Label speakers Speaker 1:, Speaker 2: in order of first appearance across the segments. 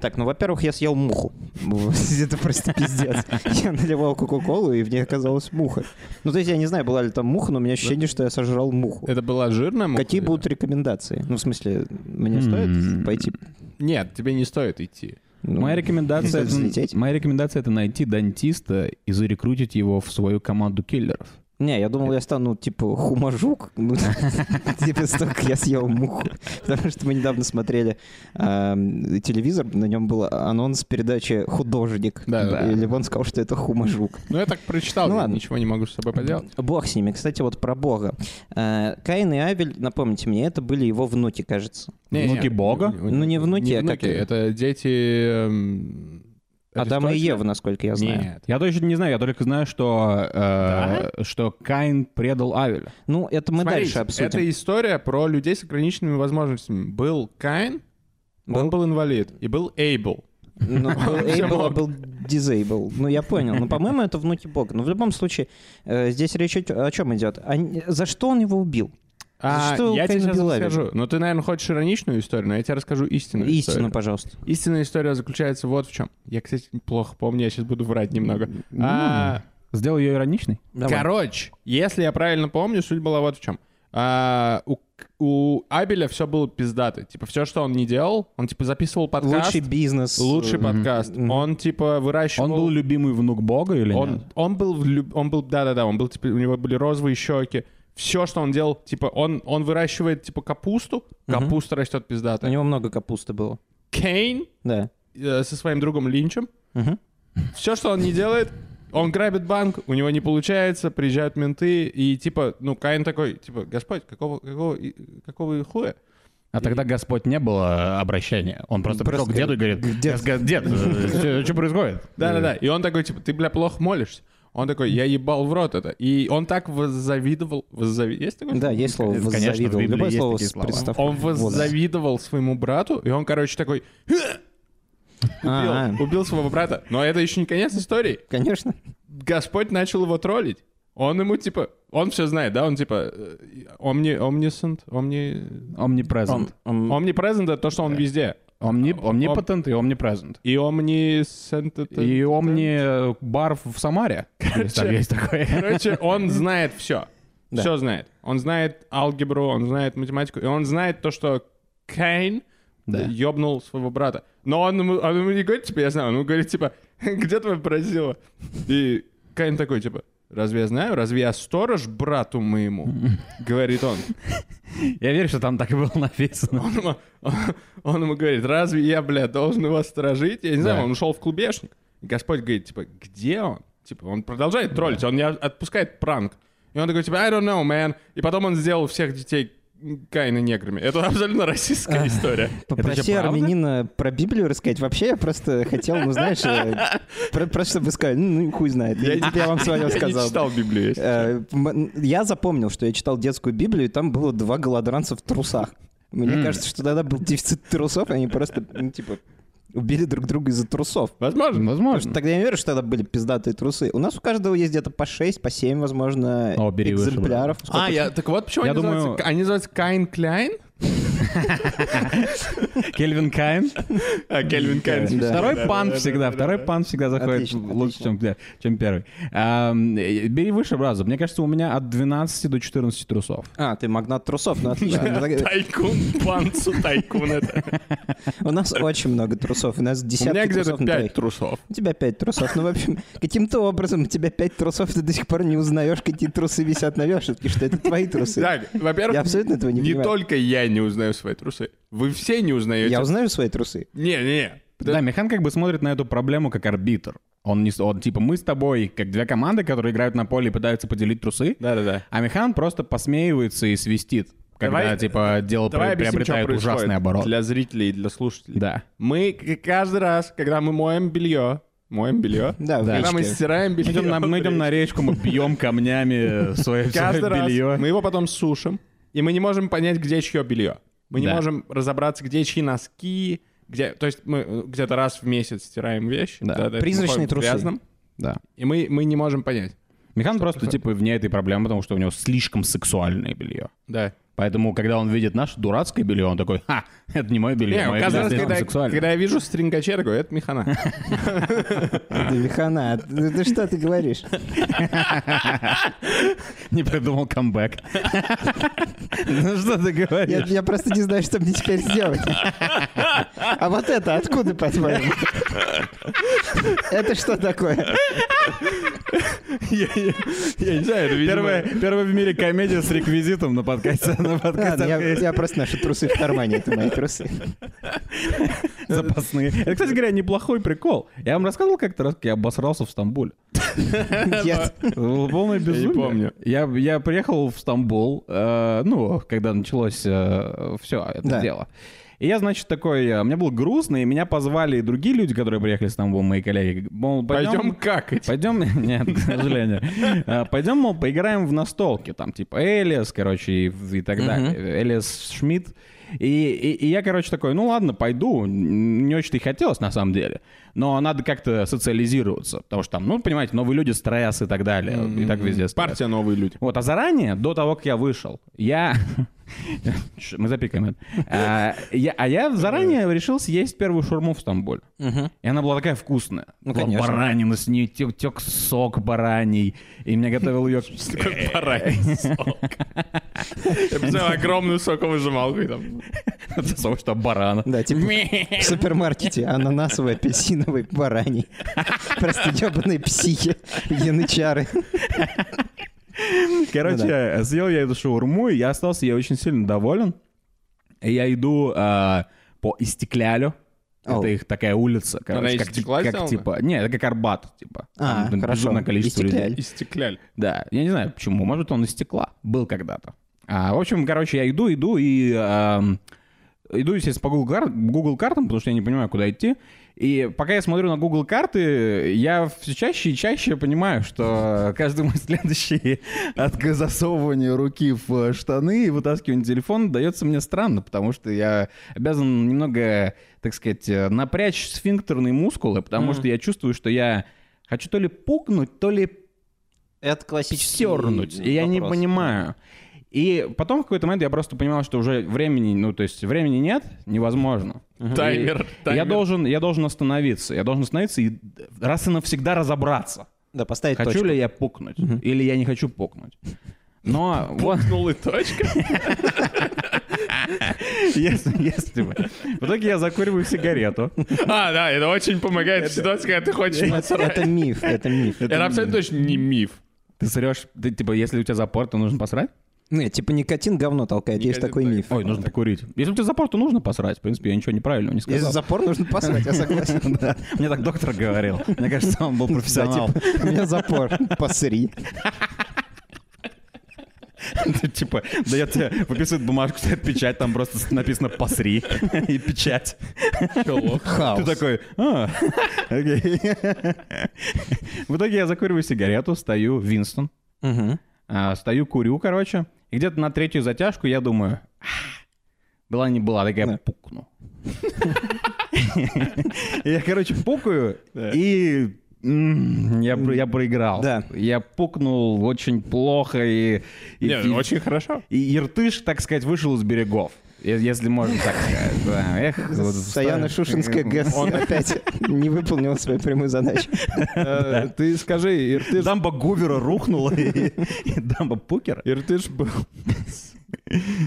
Speaker 1: Так, ну, во-первых, я съел муху. Это просто пиздец. Я наливал кока-колу, и в ней оказалась муха. Ну, то есть я не знаю, была ли там муха, но у меня ощущение, что я сожрал муху.
Speaker 2: Это была жирная муха?
Speaker 1: Какие
Speaker 2: или-
Speaker 1: будут рекомендации? Ну, в смысле, мне
Speaker 3: М.
Speaker 1: стоит пойти?
Speaker 2: Нет, тебе не стоит идти.
Speaker 1: ну,
Speaker 3: Моя рекомендация,
Speaker 1: стоит взлететь?
Speaker 3: это, моя рекомендация это найти дантиста и зарекрутить его в свою команду киллеров.
Speaker 1: Не, я думал, я стану, типа, хумажук. Ну, типа, столько я съел муху. Потому что мы недавно смотрели эм, телевизор, на нем был анонс передачи «Художник».
Speaker 2: Да, да.
Speaker 1: И Левон сказал, что это хумажук.
Speaker 2: Ну, я так прочитал,
Speaker 1: Ну
Speaker 2: я
Speaker 1: ладно.
Speaker 2: ничего не могу с собой поделать.
Speaker 1: Бог с ними. Кстати, вот про Бога. Э, Каин и Авель, напомните мне, это были его внуки, кажется.
Speaker 2: Не-не,
Speaker 3: Внуки бога?
Speaker 1: Ну, не внуки, а
Speaker 2: внуки,
Speaker 1: как-
Speaker 2: это дети... эм,
Speaker 1: Адама и
Speaker 2: Аристотеля.
Speaker 1: Ева, насколько я знаю.
Speaker 2: Нет.
Speaker 3: Я точно не знаю, я только знаю, что, э, что Каин предал Авеля.
Speaker 1: Ну, это мы
Speaker 2: Смотрите,
Speaker 1: дальше обсудим.
Speaker 2: Это история про людей с ограниченными возможностями. Был Каин,
Speaker 1: Был-
Speaker 2: он был инвалид, и был Эйбл.
Speaker 1: Ну, был
Speaker 2: Всё
Speaker 1: able, а
Speaker 2: мог.
Speaker 1: был disable. Ну, я понял. Но, по-моему, это внуки бога. Но в любом случае, э, здесь речь о, о чем идет? Они- за что он его убил?
Speaker 2: А
Speaker 1: что
Speaker 2: я тебе
Speaker 1: Каин
Speaker 2: сейчас
Speaker 1: убил Авеля?
Speaker 2: расскажу. Но ты, наверное, хочешь ироничную историю, но я тебе расскажу истинную
Speaker 1: Истину,
Speaker 2: историю.
Speaker 1: пожалуйста.
Speaker 2: Истинная история заключается вот в чем. Я, кстати, плохо помню, я сейчас буду врать немного.
Speaker 1: Ну,
Speaker 2: А,
Speaker 3: Сделал ее ироничной?
Speaker 1: Давай.
Speaker 2: Короче, если я правильно помню, суть была вот в чем. А, у, у Абеля все было пиздато. Типа, все, что он не делал, он типа записывал подкаст.
Speaker 1: Лучший бизнес.
Speaker 2: лучший подкаст.
Speaker 1: Мгм.
Speaker 2: Он типа выращивал.
Speaker 3: Он был любимый внук бога или
Speaker 2: он,
Speaker 3: нет?
Speaker 2: он был, в лю- он был, да-да-да, он был, типа, у него были розовые щеки. Все, что он делал, типа, он, он выращивает, типа, капусту,
Speaker 1: Мгм.
Speaker 2: капуста растет
Speaker 1: У
Speaker 2: пиздато.
Speaker 1: него много капусты было.
Speaker 2: Кейн
Speaker 1: Да.
Speaker 2: э, со своим другом Линчем,
Speaker 1: Мгм.
Speaker 2: все, что он не делает, он грабит банк, у него не получается, приезжают менты, и, типа, ну, Каин такой, типа, Господь, какого, какого, и- какого и хуя?
Speaker 3: А тогда Господь не было э, обращения. Он просто,
Speaker 1: Просто
Speaker 3: пришел к деду и говорит,
Speaker 1: дед.
Speaker 3: «Дед, дед, э, что происходит?
Speaker 2: Да-да-да, и он такой, типа, ты, бля, плохо молишься. Он такой, я ебал в рот это. И он так воззавидовал. воззави- Есть такое
Speaker 1: Да,
Speaker 2: слово?
Speaker 1: есть слово
Speaker 3: Конечно, в
Speaker 1: «воззавидовал».
Speaker 3: Библии
Speaker 1: Любое
Speaker 3: есть
Speaker 1: слово
Speaker 3: такие
Speaker 1: с
Speaker 3: слова.
Speaker 1: приставкой.
Speaker 2: Он воззавидовал своему брату, и он, короче, такой убил,
Speaker 1: А, а,
Speaker 2: убил своего брата. Но это еще не конец истории.
Speaker 1: Конечно.
Speaker 2: Господь начал его троллить. Он ему, типа, он все знает, да? Он, типа, э, омни, омнисент, омни...
Speaker 3: Омнипрезент.
Speaker 1: Он-
Speaker 2: Омнипрезент — это то, что он везде.
Speaker 3: Омни-
Speaker 2: Ом-
Speaker 3: Омнипотент и омнипрезент.
Speaker 2: И омнисент — это...
Speaker 3: И омни э, бар в Самаре. Есть там- Есть такое.
Speaker 2: Короче, он знает все.
Speaker 1: Да.
Speaker 2: Все знает. Он знает алгебру, он знает математику, и он знает то, что Кейн
Speaker 3: Да.
Speaker 2: ёбнул своего брата. Но он ему, он ему не говорит, типа, я знаю, он ему говорит, типа, где твоя поразила? И Кейн такой, типа, разве я знаю? Разве я сторож брату моему? Говорит он.
Speaker 3: Я верю, что там так и было написано.
Speaker 2: Он ему, он ему говорит, разве я, бля, должен его сторожить? Я не знаю,
Speaker 3: Да.
Speaker 2: он ушел в клубешник. И Господь говорит, типа, где он? Типа, он продолжает троллить, он не отпускает пранк. И он такой, типа, I don't know, man. И потом он сделал всех детей Каина неграми. Это абсолютно российская история.
Speaker 3: Это
Speaker 1: Попроси
Speaker 3: же правда?
Speaker 1: армянина про Библию рассказать. Вообще, я просто хотел, ну, знаешь, э, про- просто чтобы вы сказали, ну, хуй знает. Я, теперь вам свое
Speaker 2: Я не
Speaker 1: сказал.
Speaker 2: читал Библию. если честно.
Speaker 1: Э, м- Я запомнил, что я читал детскую Библию, и там было два голодранца в трусах. Мне кажется, что тогда был дефицит трусов, и они просто, ну, типа, убили друг друга из-за трусов.
Speaker 2: Возможно.
Speaker 1: Потому что
Speaker 3: Возможно.
Speaker 1: тогда я не верю, что тогда были пиздатые трусы. У нас у каждого есть где-то по 6, по 7, возможно,
Speaker 3: О, бери выше,
Speaker 1: экземпляров. Сколько
Speaker 2: А, я, так вот почему
Speaker 3: Я
Speaker 2: они,
Speaker 3: думаю-
Speaker 2: называются, они называются Кайн Кляйн,
Speaker 3: Кельвин Каин.
Speaker 2: а Кельвин Кайн.
Speaker 1: Да.
Speaker 3: Второй пант всегда, второй пант всегда заходит
Speaker 1: Отлично,
Speaker 3: лучше, чем, пе- чем первый. Ам, э, Бери выше сразу. Мне кажется, у меня от 12 до 14 трусов.
Speaker 1: А, ты магнат трусов, ну отлично. Ну, так-
Speaker 2: Тайкун, панцу, тайкун это.
Speaker 1: У нас очень много трусов, у нас
Speaker 2: У меня
Speaker 1: десятки
Speaker 2: где-то
Speaker 1: трусов на
Speaker 2: пять
Speaker 1: троих.
Speaker 2: трусов.
Speaker 1: У тебя пять трусов. Ну, в общем, каким-то образом у тебя пять трусов, ты до сих пор не узнаешь, какие трусы висят на вешетке, что это твои трусы.
Speaker 2: Так, во-первых,
Speaker 1: Я абсолютно этого не
Speaker 2: не
Speaker 1: понимаю.
Speaker 2: только я не узнаю свои трусы. Вы все не узнаете.
Speaker 1: Я узнаю свои трусы.
Speaker 2: Не, не, не.
Speaker 3: Да, Механ как бы смотрит на эту проблему как арбитр. Он, не, с- он типа мы с тобой как две команды, которые играют на поле и пытаются поделить трусы,
Speaker 2: Да, да, да.
Speaker 3: а Механ просто посмеивается и свистит, когда
Speaker 2: Давай- э,
Speaker 3: типа дело
Speaker 2: Давай
Speaker 3: пре-
Speaker 2: объясним, что
Speaker 3: приобретает
Speaker 2: происходит
Speaker 3: ужасный оборот.
Speaker 2: для зрителей и для слушателей.
Speaker 3: Да.
Speaker 2: Мы к- каждый раз, когда мы моем белье, моем белье,
Speaker 1: Да, в
Speaker 2: когда мы
Speaker 1: речке.
Speaker 2: стираем
Speaker 3: Мы
Speaker 2: белье,
Speaker 3: идем, на, мы идем на речку, мы бьем камнями э, свое, свое
Speaker 2: каждый раз
Speaker 3: белье.
Speaker 2: мы его потом сушим, и мы не можем понять, где чье белье. Мы не
Speaker 3: Да.
Speaker 2: можем разобраться, где чьи носки, где, то есть мы э, где-то раз в месяц стираем вещи.
Speaker 3: Да.
Speaker 2: мы
Speaker 1: Призрачные
Speaker 2: ходим в
Speaker 1: трусы.
Speaker 2: грязном,
Speaker 3: Да.
Speaker 2: и мы, мы не можем понять.
Speaker 3: Механ просто типа вне этой проблемы, потому что у него слишком сексуальное белье.
Speaker 2: Да.
Speaker 3: Поэтому, когда он видит наше дурацкое белье, он такой, ха, это не мое белье,
Speaker 2: Не,
Speaker 3: мое
Speaker 2: каждый
Speaker 3: белье
Speaker 2: раз,
Speaker 3: слишком
Speaker 2: когда,
Speaker 3: сексуальное».
Speaker 2: когда я вижу стринкача, я такой, это механа.
Speaker 1: Да, Михана, а ты ты что ты говоришь?
Speaker 3: Не придумал камбэк. Ну что ты
Speaker 1: Я,
Speaker 3: говоришь?
Speaker 1: я просто не знаю, что мне теперь сделать. А вот это откуда, по-твоему? Это что такое?
Speaker 3: Я не знаю, это, видимо- Первая первая в мире комедия с реквизитом на подкасте. на
Speaker 1: Ладно, я,
Speaker 3: подкасте
Speaker 1: я просто наши трусы в кармане, это мои трусы.
Speaker 3: Запасные. Это, кстати говоря, неплохой прикол. Я вам рассказывал как-то раз, как я обосрался в Стамбуле.
Speaker 1: Нет.
Speaker 3: Это было Ну, Полное безумие.
Speaker 2: помню.
Speaker 3: Я, я приехал в Стамбул, э, ну, когда началось все это
Speaker 1: Да.
Speaker 3: дело. И я, значит, такой, э, мне было грустно, и меня позвали другие люди, которые приехали в Стамбул, мои коллеги. Мол,
Speaker 2: Пойдем какать.
Speaker 3: Пойдем, нет, к сожалению. А, Пойдем, мол, поиграем в настолки, там, типа Элиас, короче, и, и так далее. Элиас Шмидт. И, и- и я, короче, такой, ну ладно, пойду. Не очень-то и хотелось, на самом деле. Но надо как-то социализироваться. Потому что там, ну, понимаете, новые люди, стресс и так далее. И так везде стресс.
Speaker 2: Партия новые люди.
Speaker 3: Вот, а заранее, до того, как я вышел, я... Ш, Мы запикаем это. А я, а я заранее решил съесть первую шурму в Стамбуле. И она была такая вкусная.
Speaker 1: Ну,
Speaker 3: Была
Speaker 1: конечно.
Speaker 3: баранина, с нее тек, тек сок бараний. И меня готовил ее...
Speaker 2: Такой бараний сок. Я представляю огромную соковыжималку и там.
Speaker 3: Сок, что барана.
Speaker 1: Да, типа в супермаркете ананасовый, апельсиновый, бараний. Просто ебаные психи, янычары.
Speaker 3: Короче, э,
Speaker 1: Ну
Speaker 3: съел я эту шаурму, и я остался, я очень сильно доволен. И я иду а, по Истеклялю.
Speaker 1: Оу.
Speaker 3: Это их такая улица, короче,
Speaker 2: из
Speaker 3: как, тип-
Speaker 2: стекла
Speaker 3: как
Speaker 2: сделана?
Speaker 3: типа... Не, это как Арбат, типа.
Speaker 1: А,
Speaker 3: Там
Speaker 1: хорошо.
Speaker 3: безумное количество людей.
Speaker 1: Истекляль.
Speaker 2: И стекляль.
Speaker 3: Да, я не знаю почему. Может, быть, он из стекла был когда-то. А, в общем, короче, я иду, иду и... эм, иду, естественно, по Google, кар- Google картам, потому что я не понимаю, куда идти. И пока я смотрю на Google карты, я все чаще и чаще понимаю, что каждый мой следующий от засовывания руки в э, штаны и вытаскивания телефона дается мне странно, потому что я обязан немного, так сказать, э, напрячь сфинктерные мускулы, потому что я чувствую, что я хочу то ли пукнуть, то ли
Speaker 1: Это классический
Speaker 3: стернуть. И я не
Speaker 1: вопрос.
Speaker 3: понимаю. И потом в какой-то момент я просто понимал, что уже времени, ну то есть времени нет, невозможно. И
Speaker 2: Таймер,
Speaker 3: Я
Speaker 2: таймер.
Speaker 3: должен, я должен остановиться. Я должен остановиться и раз и навсегда разобраться,
Speaker 1: Да, поставить
Speaker 3: хочу
Speaker 1: точку.
Speaker 3: ли я пукнуть или я не хочу пукнуть. Но вот
Speaker 2: Пукнул и точка.
Speaker 3: если, если бы. В итоге я закуриваю сигарету.
Speaker 2: А, да, это очень помогает в ситуации, когда ты хочешь
Speaker 1: Это
Speaker 2: посрать.
Speaker 1: миф, это миф.
Speaker 2: Это абсолютно точно не миф.
Speaker 3: Ты срешь, ты типа, если у тебя запор, то нужно посрать?
Speaker 1: Нет, типа никотин говно толкает, есть
Speaker 2: Никотин
Speaker 1: такой
Speaker 2: так.
Speaker 1: миф.
Speaker 3: Ой, нужно покурить. Если у тебя запор, то нужно посрать. В принципе, я ничего неправильного не сказал.
Speaker 1: Если запор нужно посрать, я согласен.
Speaker 3: Да. Мне так доктор говорил. Мне кажется, он был профессионал.
Speaker 1: Да, типа, у меня запор, посри.
Speaker 3: Типа, да я тебе выписывают бумажку, стоит печать, там просто написано «посри» и печать. Ты
Speaker 1: Хаос.
Speaker 3: такой, а, окей. В итоге я закуриваю сигарету, стою, Винстон,
Speaker 1: Мгм.
Speaker 3: а, стою, курю, короче, и где-то на третью затяжку я думаю, «А, была не была, такая
Speaker 1: Да.
Speaker 3: пукну. И Я, короче, пукаю,
Speaker 2: Да.
Speaker 3: и м, я, про- я проиграл.
Speaker 1: Да.
Speaker 3: Я пукнул очень плохо, и, и-
Speaker 2: Не,
Speaker 3: и-
Speaker 2: очень хорошо.
Speaker 3: и Иртыш, так сказать, вышел из берегов. Е- Если можно так сказать. Да, Эх, вот
Speaker 1: Саяна
Speaker 3: ста-
Speaker 1: Шушинская ГЭС опять не выполнил свою прямую задачу.
Speaker 2: Э, Ты скажи, Иртыш...
Speaker 3: Дамба Гувера рухнула, и, и дамба Пукера.
Speaker 2: Иртыш был...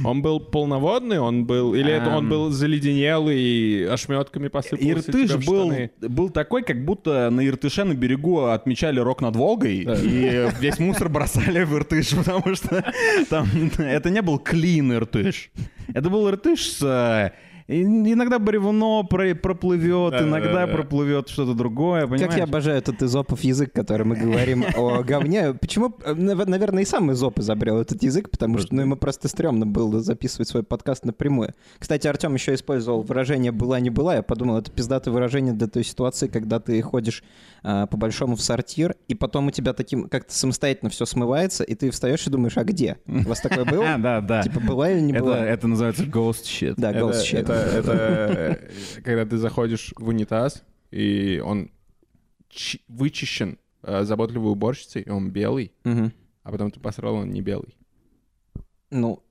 Speaker 2: Он был полноводный, он был... Или это он
Speaker 3: Ам.
Speaker 2: был заледенелый и ошметками посыпался тебе
Speaker 3: Иртыш
Speaker 2: в
Speaker 3: был,
Speaker 2: штаны?
Speaker 3: был такой, как будто на Иртыше на берегу отмечали рок над Волгой, и весь мусор бросали в Иртыш, потому что там это не был клин Иртыш. Это был Иртыш с... э, и- Иногда бревно про- проплывет,
Speaker 2: Да-да-да-да.
Speaker 3: иногда проплывет что-то другое,
Speaker 1: Как я
Speaker 3: понимаешь?
Speaker 1: обожаю этот изопов язык, который мы говорим о говне. Почему, э, нав- наверное, и сам изоп изобрел этот язык, потому что ну, ему просто стрёмно было записывать свой подкаст напрямую. Кстати, Артем еще использовал выражение «была, не была». Я подумал, это пиздатое выражение для той ситуации, когда ты ходишь а, по-большому в сортир, и потом у тебя таким как-то самостоятельно все смывается, и ты встаешь и думаешь, а где? У вас такое
Speaker 3: А,
Speaker 1: было?
Speaker 3: да, да.
Speaker 1: Типа была или не
Speaker 3: Это, э,
Speaker 1: была?
Speaker 3: это называется ghost shit.
Speaker 1: Да,
Speaker 2: Это,
Speaker 1: голос
Speaker 2: это, это, э, когда ты заходишь в унитаз, и он чи- вычищен э, заботливой уборщицей, и он белый,
Speaker 1: Мгм.
Speaker 2: а потом ты посрал, он не белый.
Speaker 1: Ну,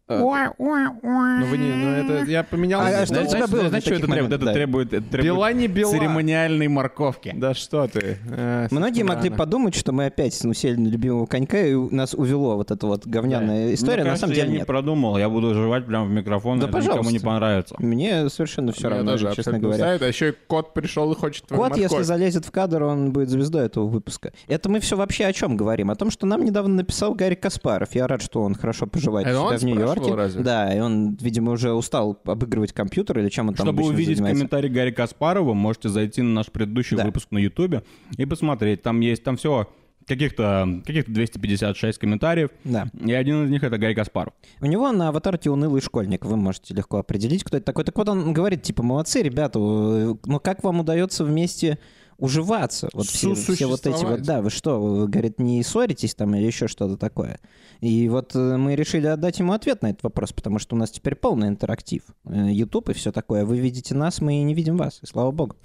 Speaker 2: Ну, вы не, ну это я поменял.
Speaker 1: А, а
Speaker 2: Знаешь,
Speaker 1: что у тебя было
Speaker 3: знаешь,
Speaker 1: в
Speaker 3: что
Speaker 1: таких
Speaker 3: это требует? Это
Speaker 1: моментах?
Speaker 3: требует, это требует
Speaker 2: Бела не бела.
Speaker 3: церемониальной морковки.
Speaker 2: Да что ты. э,
Speaker 1: Многие
Speaker 2: странно.
Speaker 1: могли подумать, что мы опять усели на любимого конька, и у- нас увело вот эта вот говняная история.
Speaker 3: Мне
Speaker 1: на самом
Speaker 3: кажется,
Speaker 1: деле
Speaker 3: я не
Speaker 1: нет.
Speaker 3: продумал, я буду жевать прямо в микрофон,
Speaker 1: Да
Speaker 3: это никому
Speaker 1: пожалуйста.
Speaker 3: не понравится.
Speaker 1: Мне совершенно все
Speaker 2: Меня
Speaker 1: равно,
Speaker 2: тоже
Speaker 1: честно
Speaker 2: абсолютно
Speaker 1: говоря.
Speaker 2: устраивает, а еще и кот пришел и хочет твою
Speaker 1: Кот, если
Speaker 2: морковь.
Speaker 1: залезет в кадр, он будет звездой этого выпуска. Это мы все вообще о чем говорим? О том, что нам недавно написал Гарри Каспаров. Я рад, что он хорошо поживает
Speaker 2: Это
Speaker 1: у себя
Speaker 2: он
Speaker 1: в Нью-Йорке.
Speaker 2: спрашивал разве?
Speaker 1: Да, и он, видимо, уже устал обыгрывать компьютер или чем он там
Speaker 3: Чтобы
Speaker 1: обычно
Speaker 3: увидеть
Speaker 1: занимается.
Speaker 3: комментарий Гарри Каспарова, можете зайти на наш предыдущий
Speaker 1: Да.
Speaker 3: выпуск на Ютубе и посмотреть. Там есть, там всего каких-то каких 256 комментариев.
Speaker 1: Да.
Speaker 3: И один из них это Гарри Каспаров.
Speaker 1: У него на аватарке унылый школьник, вы можете легко определить, кто это такой. Так вот он говорит, типа, молодцы, ребята, э, но как вам удается вместе уживаться? Вот все, все вот эти вот,
Speaker 2: Сосуществовать.
Speaker 1: да, вы что, вы, говорит, не ссоритесь там или еще что-то такое. И вот э, мы решили отдать ему ответ на этот вопрос, потому что у нас теперь полный интерактив. Э, YouTube и все такое. Вы видите нас, мы не видим вас, и слава богу.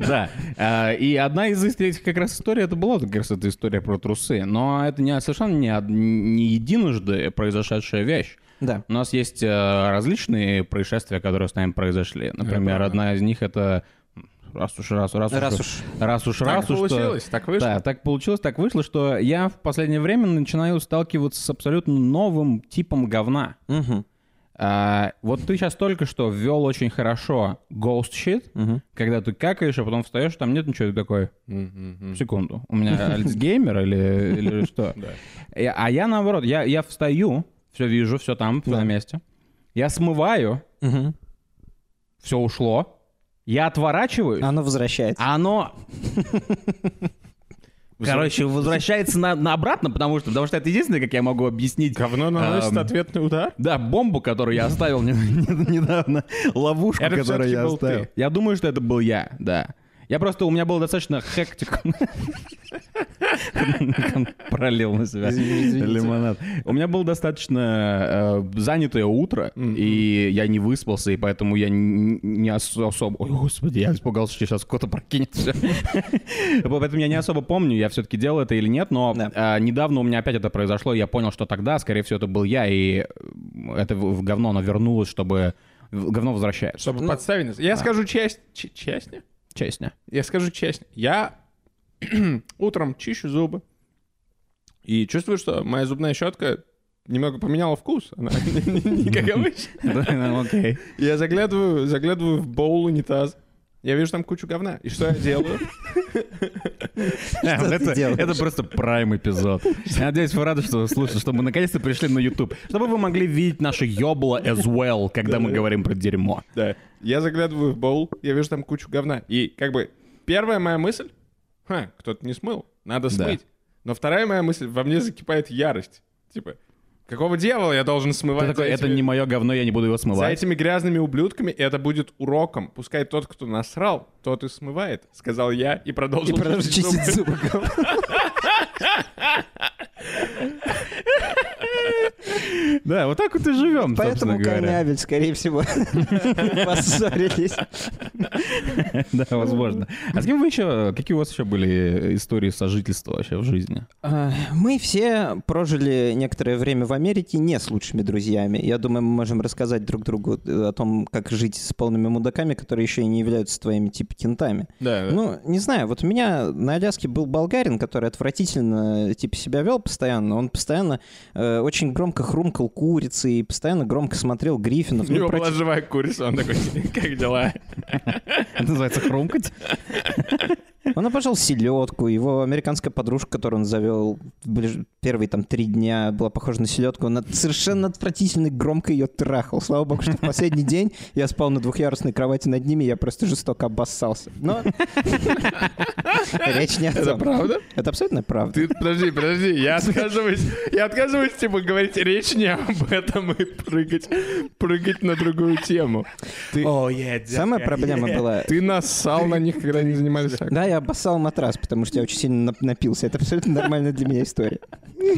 Speaker 3: Да. А, И одна из этих как раз историй, это была как раз эта история про трусы. Но это не совершенно не, од- не единожды произошедшая вещь.
Speaker 1: Да.
Speaker 3: У нас есть э, различные происшествия, которые с нами произошли. Например,
Speaker 2: правда.
Speaker 3: одна из них это м, раз уж раз, раз,
Speaker 1: Раз уж.
Speaker 3: раз уж
Speaker 2: Так
Speaker 3: раз уж что-
Speaker 2: получилось, так вышло.
Speaker 3: Да, так получилось, так вышло, что я в последнее время начинаю сталкиваться с абсолютно новым типом говна.
Speaker 1: Мгм.
Speaker 3: А, вот ты сейчас только что ввел очень хорошо ghost shit,
Speaker 1: Мгм.
Speaker 3: когда ты какаешь, а потом встаешь, там нет ничего, ты такой,
Speaker 2: Мгм, мгм.
Speaker 3: секунду, у меня альцгеймер или, или что?
Speaker 2: Да.
Speaker 3: И- А я наоборот, я, я встаю, все вижу, все там, все
Speaker 1: Да.
Speaker 3: на месте. Я смываю,
Speaker 1: Мгм.
Speaker 3: все ушло. Я отворачиваюсь,
Speaker 1: Оно возвращается.
Speaker 3: а оно... Короче, возвращается на, на обратно, потому что, потому что это единственное, как я могу объяснить.
Speaker 2: Говно наносит
Speaker 3: Эм,
Speaker 2: ответный удар?
Speaker 3: Да, бомбу, которую я оставил не- не- недавно, ловушку,
Speaker 2: Это
Speaker 3: которую
Speaker 2: всё-таки
Speaker 3: я
Speaker 2: был
Speaker 3: оставил.
Speaker 2: ты.
Speaker 3: Я думаю, что это был я, да. Я просто, у меня был достаточно хектик. Пролил на себя лимонад. У меня было достаточно э, занятое утро, и я не выспался, и поэтому я н- не ос- особо... Ой, господи, я испугался, что сейчас кто-то прокинется. Поэтому я не особо помню, я все-таки делал это или нет, но
Speaker 1: Да.
Speaker 3: а, недавно у меня опять это произошло, и я понял, что тогда, скорее всего, это был я, и э, это в в говно, оно вернулось, чтобы... в- Говно возвращается.
Speaker 2: Чтобы подставить нас. Я скажу часть... ч- Часть?
Speaker 3: Честно.
Speaker 2: Я скажу честно, я утром чищу зубы и чувствую, что моя зубная щетка немного поменяла вкус. Она не как обычно.
Speaker 3: Окей.
Speaker 2: Я заглядываю, заглядываю в боул унитаз. Я вижу там кучу говна. И что я делаю?
Speaker 3: Э,
Speaker 1: ты
Speaker 3: Это
Speaker 1: делаешь?
Speaker 3: это просто прайм эпизод. Я надеюсь, вы рады, что слушаете, что мы наконец-то пришли на YouTube. Чтобы вы могли видеть наше ёбло as well, когда мы говорим про дерьмо.
Speaker 2: Да. Я заглядываю в боул, я вижу там кучу говна. И как бы первая моя мысль, ха, кто-то не смыл, надо смыть. Но вторая моя мысль, во мне закипает ярость. Типа, какого дьявола я должен смывать?
Speaker 3: Ты такой,
Speaker 2: за
Speaker 3: это
Speaker 2: этими-
Speaker 3: не мое говно, я не буду его
Speaker 2: За
Speaker 3: смывать.
Speaker 2: этими грязными ублюдками это будет уроком. Пускай тот, кто насрал, тот и смывает, сказал я и
Speaker 1: И
Speaker 2: продолжил
Speaker 1: продолжи
Speaker 2: чистить
Speaker 1: чистить
Speaker 2: зубы.
Speaker 1: зубы.
Speaker 3: Да, вот так вот и живем, собственно
Speaker 1: Поэтому Кайн и
Speaker 3: говоря.
Speaker 1: Авель, скорее всего, поссорились.
Speaker 3: Да, возможно. А с кем вы еще, какие у вас еще были э, истории сожительства вообще в жизни?
Speaker 1: А, Мы все прожили некоторое время в Америке не с лучшими друзьями. Я думаю, мы можем рассказать друг другу э, о том, как жить с полными мудаками, которые еще и не являются твоими типа кентами.
Speaker 3: Э.
Speaker 2: Да, да.
Speaker 1: Ну, не знаю, вот у меня на Аляске был болгарин, который отвратительно типа себя вел постоянно. Он постоянно э, очень громко хрумкал курицы и постоянно громко смотрел Гриффинов.
Speaker 2: У
Speaker 1: ну,
Speaker 2: него
Speaker 1: против-
Speaker 2: была живая курица, он такой, как дела?
Speaker 3: Это называется хрумкать?
Speaker 1: Он обожал селедку. Его американская подружка, которую он завел в ближ- первые там три дня, была похожа на селедку. Он от- совершенно отвратительно и громко ее трахал. Слава богу, что в последний день я спал на двухъярусной кровати над ними, и я просто жестоко обоссался. Но речь не о
Speaker 2: Это
Speaker 1: том.
Speaker 2: правда?
Speaker 1: Это абсолютно правда.
Speaker 2: Ты, подожди, подожди, я отказываюсь, я отказываюсь, типа, говорить речь не об этом и прыгать, прыгать на другую тему. Ты,
Speaker 1: Самая проблема была...
Speaker 2: ты нассал на них, когда они занимались сексом.
Speaker 1: Да, я обоссал матрас, потому что я очень сильно нап- напился. Это абсолютно нормальная для меня история.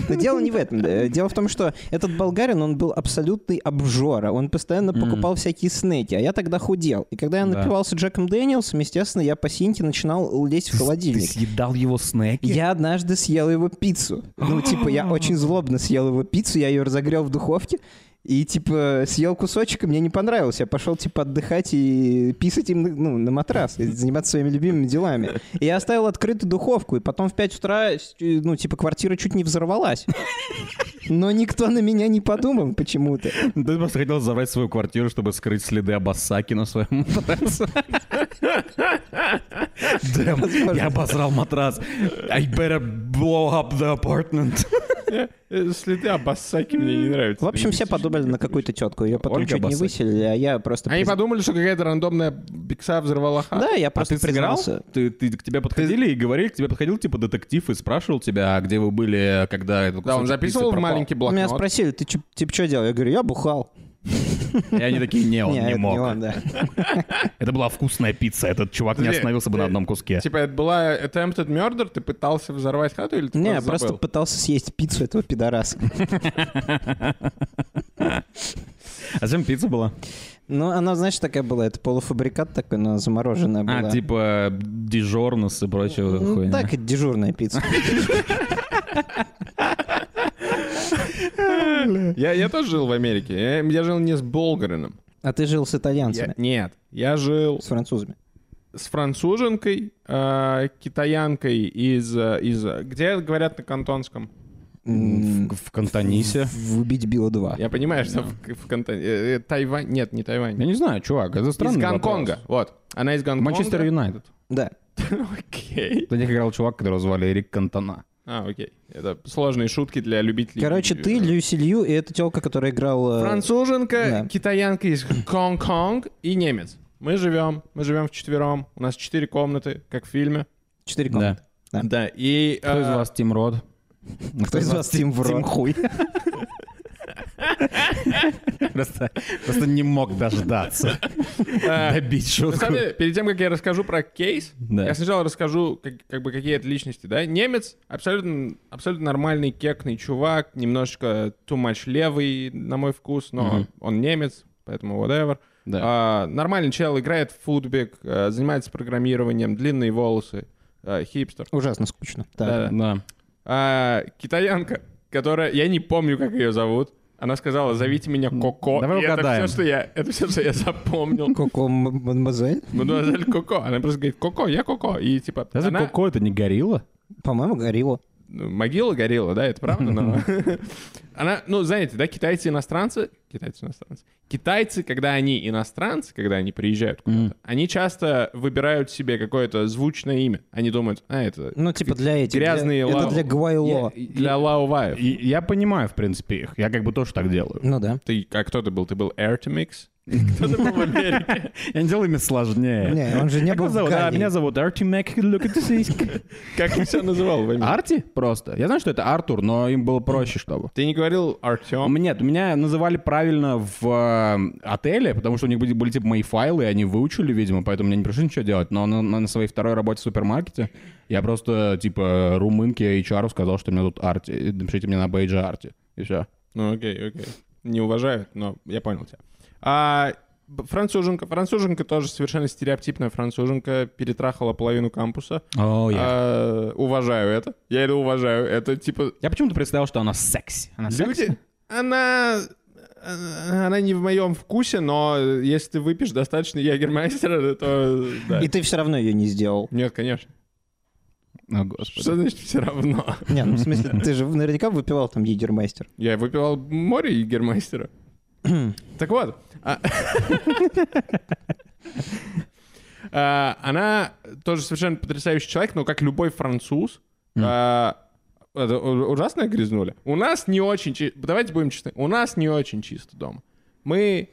Speaker 1: Но дело не в этом. Э, Дело в том, что этот болгарин, он был абсолютный обжора. Он постоянно покупал всякие снеки, а я тогда худел. И когда я
Speaker 3: Да.
Speaker 1: напивался Джеком Дэниелсом, естественно, я по синьке начинал лезть в
Speaker 3: Ты
Speaker 1: холодильник.
Speaker 3: съедал его снеки?
Speaker 1: Я однажды съел его пиццу. Ну, типа, я очень злобно съел его пиццу, я ее разогрел в духовке. И, типа, съел кусочек, и мне не понравилось. Я пошел, типа, отдыхать и писать им на- ну, на матрас, и заниматься своими любимыми делами. И я оставил открытую духовку, и потом в 5 утра, с- ну, типа, квартира чуть не взорвалась. Но никто на меня не подумал почему-то.
Speaker 3: Ты просто хотел забрать свою квартиру, чтобы скрыть следы обоссаки на своем матрасе. Дэм, я обосрал матрас. I better blow up the apartment.
Speaker 2: Э, Следы обоссаки мне не нравятся.
Speaker 1: В общем, все подумали на какую-то тетку. Ее потом
Speaker 3: Ольга
Speaker 1: чуть не
Speaker 3: Бассак.
Speaker 1: выселили, а я просто...
Speaker 2: Они
Speaker 1: приз-
Speaker 2: подумали, что какая-то рандомная бикса взорвала хат.
Speaker 1: Да, я
Speaker 3: А
Speaker 1: просто
Speaker 3: ты сыграл?
Speaker 1: признался.
Speaker 3: Ты, ты- к тебе подходили и говорили, к тебе подходил типа детектив и спрашивал тебя, а где вы были, когда этот
Speaker 2: Да, он
Speaker 3: кусочек
Speaker 2: записывал
Speaker 3: пиццы
Speaker 2: в
Speaker 3: пропал?
Speaker 2: маленький
Speaker 1: Меня
Speaker 2: блокнот.
Speaker 1: спросили, ты чё- типа что делал? Я говорю, я бухал.
Speaker 3: И они такие, не, он
Speaker 1: Не, это
Speaker 3: не
Speaker 1: не
Speaker 3: мог.
Speaker 1: он, да.
Speaker 3: Это была вкусная пицца, этот чувак не
Speaker 2: Подожди,
Speaker 3: остановился бы на
Speaker 2: э,
Speaker 3: одном куске.
Speaker 2: Типа, это была attempted murder, ты пытался взорвать хату или ты
Speaker 1: Не, я
Speaker 2: просто
Speaker 1: просто
Speaker 2: забыл?
Speaker 1: пытался съесть пиццу этого пидораса.
Speaker 3: А зачем пицца была?
Speaker 1: Ну, она, знаешь, такая была, это полуфабрикат такой, но замороженная была.
Speaker 3: А, типа дежорнус и прочего
Speaker 1: Ну,
Speaker 3: хуйня.
Speaker 1: так, это дежурная пицца.
Speaker 2: Я, я тоже жил в Америке. Я, я жил не с болгарином.
Speaker 1: А ты жил с итальянцами,
Speaker 2: Я- нет, я жил
Speaker 1: с французами.
Speaker 2: с француженкой, э, китаянкой из, э, из... э, Где говорят на кантонском?
Speaker 1: М,
Speaker 3: В, в Кантонисе.
Speaker 1: В «Убить Билла 2».
Speaker 2: Я понимаю, что в, в Кантоне- э, э, Тайвань... Нет, не
Speaker 3: Я
Speaker 2: Тайвань.
Speaker 3: не знаю, чувак, это странный
Speaker 2: из
Speaker 3: вопрос.
Speaker 2: Гонконга. Вот. Она из Гонконга.
Speaker 3: Манчестер Юнайтед.
Speaker 1: Да.
Speaker 2: Окей.
Speaker 3: На них играл чувак, которого звали Эрик Кантона.
Speaker 2: А, окей. Это сложные шутки для любителей.
Speaker 1: Короче, ты, Люси Лью и эта телка, которая играла... э,
Speaker 2: Француженка,
Speaker 1: Да.
Speaker 2: китаянка из Гонконг и немец. Мы живем, мы живем вчетвером. У нас четыре комнаты, как в фильме.
Speaker 1: Четыре комнаты. Да.
Speaker 2: Да, и...
Speaker 3: Кто из
Speaker 2: э,
Speaker 3: вас Тим Род?
Speaker 1: Кто из вас Тим Вро?
Speaker 3: Хуй? Просто, просто не мог дождаться.
Speaker 2: э,
Speaker 3: Добить
Speaker 2: На
Speaker 3: шутку.
Speaker 2: самом деле, перед тем, как я расскажу про кейс,
Speaker 3: Да.
Speaker 2: я сначала расскажу, как, как бы, какие это личности, да. Немец, абсолютно, абсолютно нормальный, кекный чувак, немножечко too much левый, на мой вкус, но
Speaker 3: Мгм.
Speaker 2: он немец, поэтому whatever.
Speaker 3: Да.
Speaker 2: А, нормальный чел, играет в футбик, а, занимается программированием, длинные волосы, а, хипстер.
Speaker 1: Ужасно скучно. Так.
Speaker 2: Да.
Speaker 3: Да.
Speaker 2: А, китаянка, которая, я не помню, как ее зовут, она сказала, зовите меня Коко.
Speaker 3: Давай
Speaker 2: И это
Speaker 3: угадаем.
Speaker 2: все, что я, это все, что я запомнил.
Speaker 1: Коко м- мадемуазель?
Speaker 2: Мадемуазель Ну, Коко. Она просто говорит, Коко, я Коко. И типа,
Speaker 3: Даже
Speaker 2: она...
Speaker 3: Коко это не горилла?
Speaker 1: По-моему, горилла.
Speaker 2: Ну, Могила горела, да, это правда, но... Она, ну, знаете, да, китайцы-иностранцы... Китайцы-иностранцы. Китайцы, когда они иностранцы, когда они приезжают куда-то, они часто выбирают себе какое-то звучное имя. Они думают, а, это
Speaker 1: Ну, типа для этих. для-
Speaker 2: Грязные
Speaker 1: Это
Speaker 2: лавы.
Speaker 1: для Гуайло.
Speaker 3: Я-
Speaker 2: для Лауваев.
Speaker 3: И я понимаю, в принципе, их. Я как бы тоже так делаю.
Speaker 1: Ну да.
Speaker 2: Ты, а кто ты был? Ты был Ertemix? Кто ты был в Америке?
Speaker 3: Я не делаю ими сложнее.
Speaker 1: Не, он же не
Speaker 3: Как
Speaker 1: был
Speaker 3: вас
Speaker 1: в
Speaker 3: зовут? А,
Speaker 1: Ганне.
Speaker 3: меня зовут Арти Мак. Look at this.
Speaker 2: Как ты себя называл в Америке?
Speaker 3: Арти просто. Я знаю, что это Артур, но им было проще, чтобы.
Speaker 2: Ты не говорил Артем?
Speaker 3: Нет, меня называли правильно в э, отеле, потому что у них были, были, типа мои файлы, и они выучили, видимо, поэтому мне не пришлось ничего делать. Но на, на своей второй работе в супермаркете я просто, типа, румынке HR сказал, что меня тут арти, и напишите мне на бейджи арти. И все.
Speaker 2: Ну, окей, окей. Не уважают, но я понял тебя. А б- француженка. Француженка тоже совершенно стереотипная француженка. Перетрахала половину кампуса. А, уважаю это. Я это уважаю. Это типа...
Speaker 3: Я почему-то представил, что она секси. Она секси?
Speaker 2: Люди... Она... э, Она не в моем вкусе, но если ты выпьешь достаточно ягермайстера, то... да.
Speaker 1: И ты все равно ее не сделал.
Speaker 2: Нет, конечно.
Speaker 3: О, господи.
Speaker 2: Что значит все равно?
Speaker 1: Не, ну в смысле, ты же наверняка выпивал там егермастер.
Speaker 2: Я выпивал море егермайстера. Так вот. а- А, Она тоже совершенно потрясающий человек, но как любой француз. а, это у- Ужасно грязнули. У нас не очень чисто. Давайте будем честны. У нас не очень чисто дома. Мы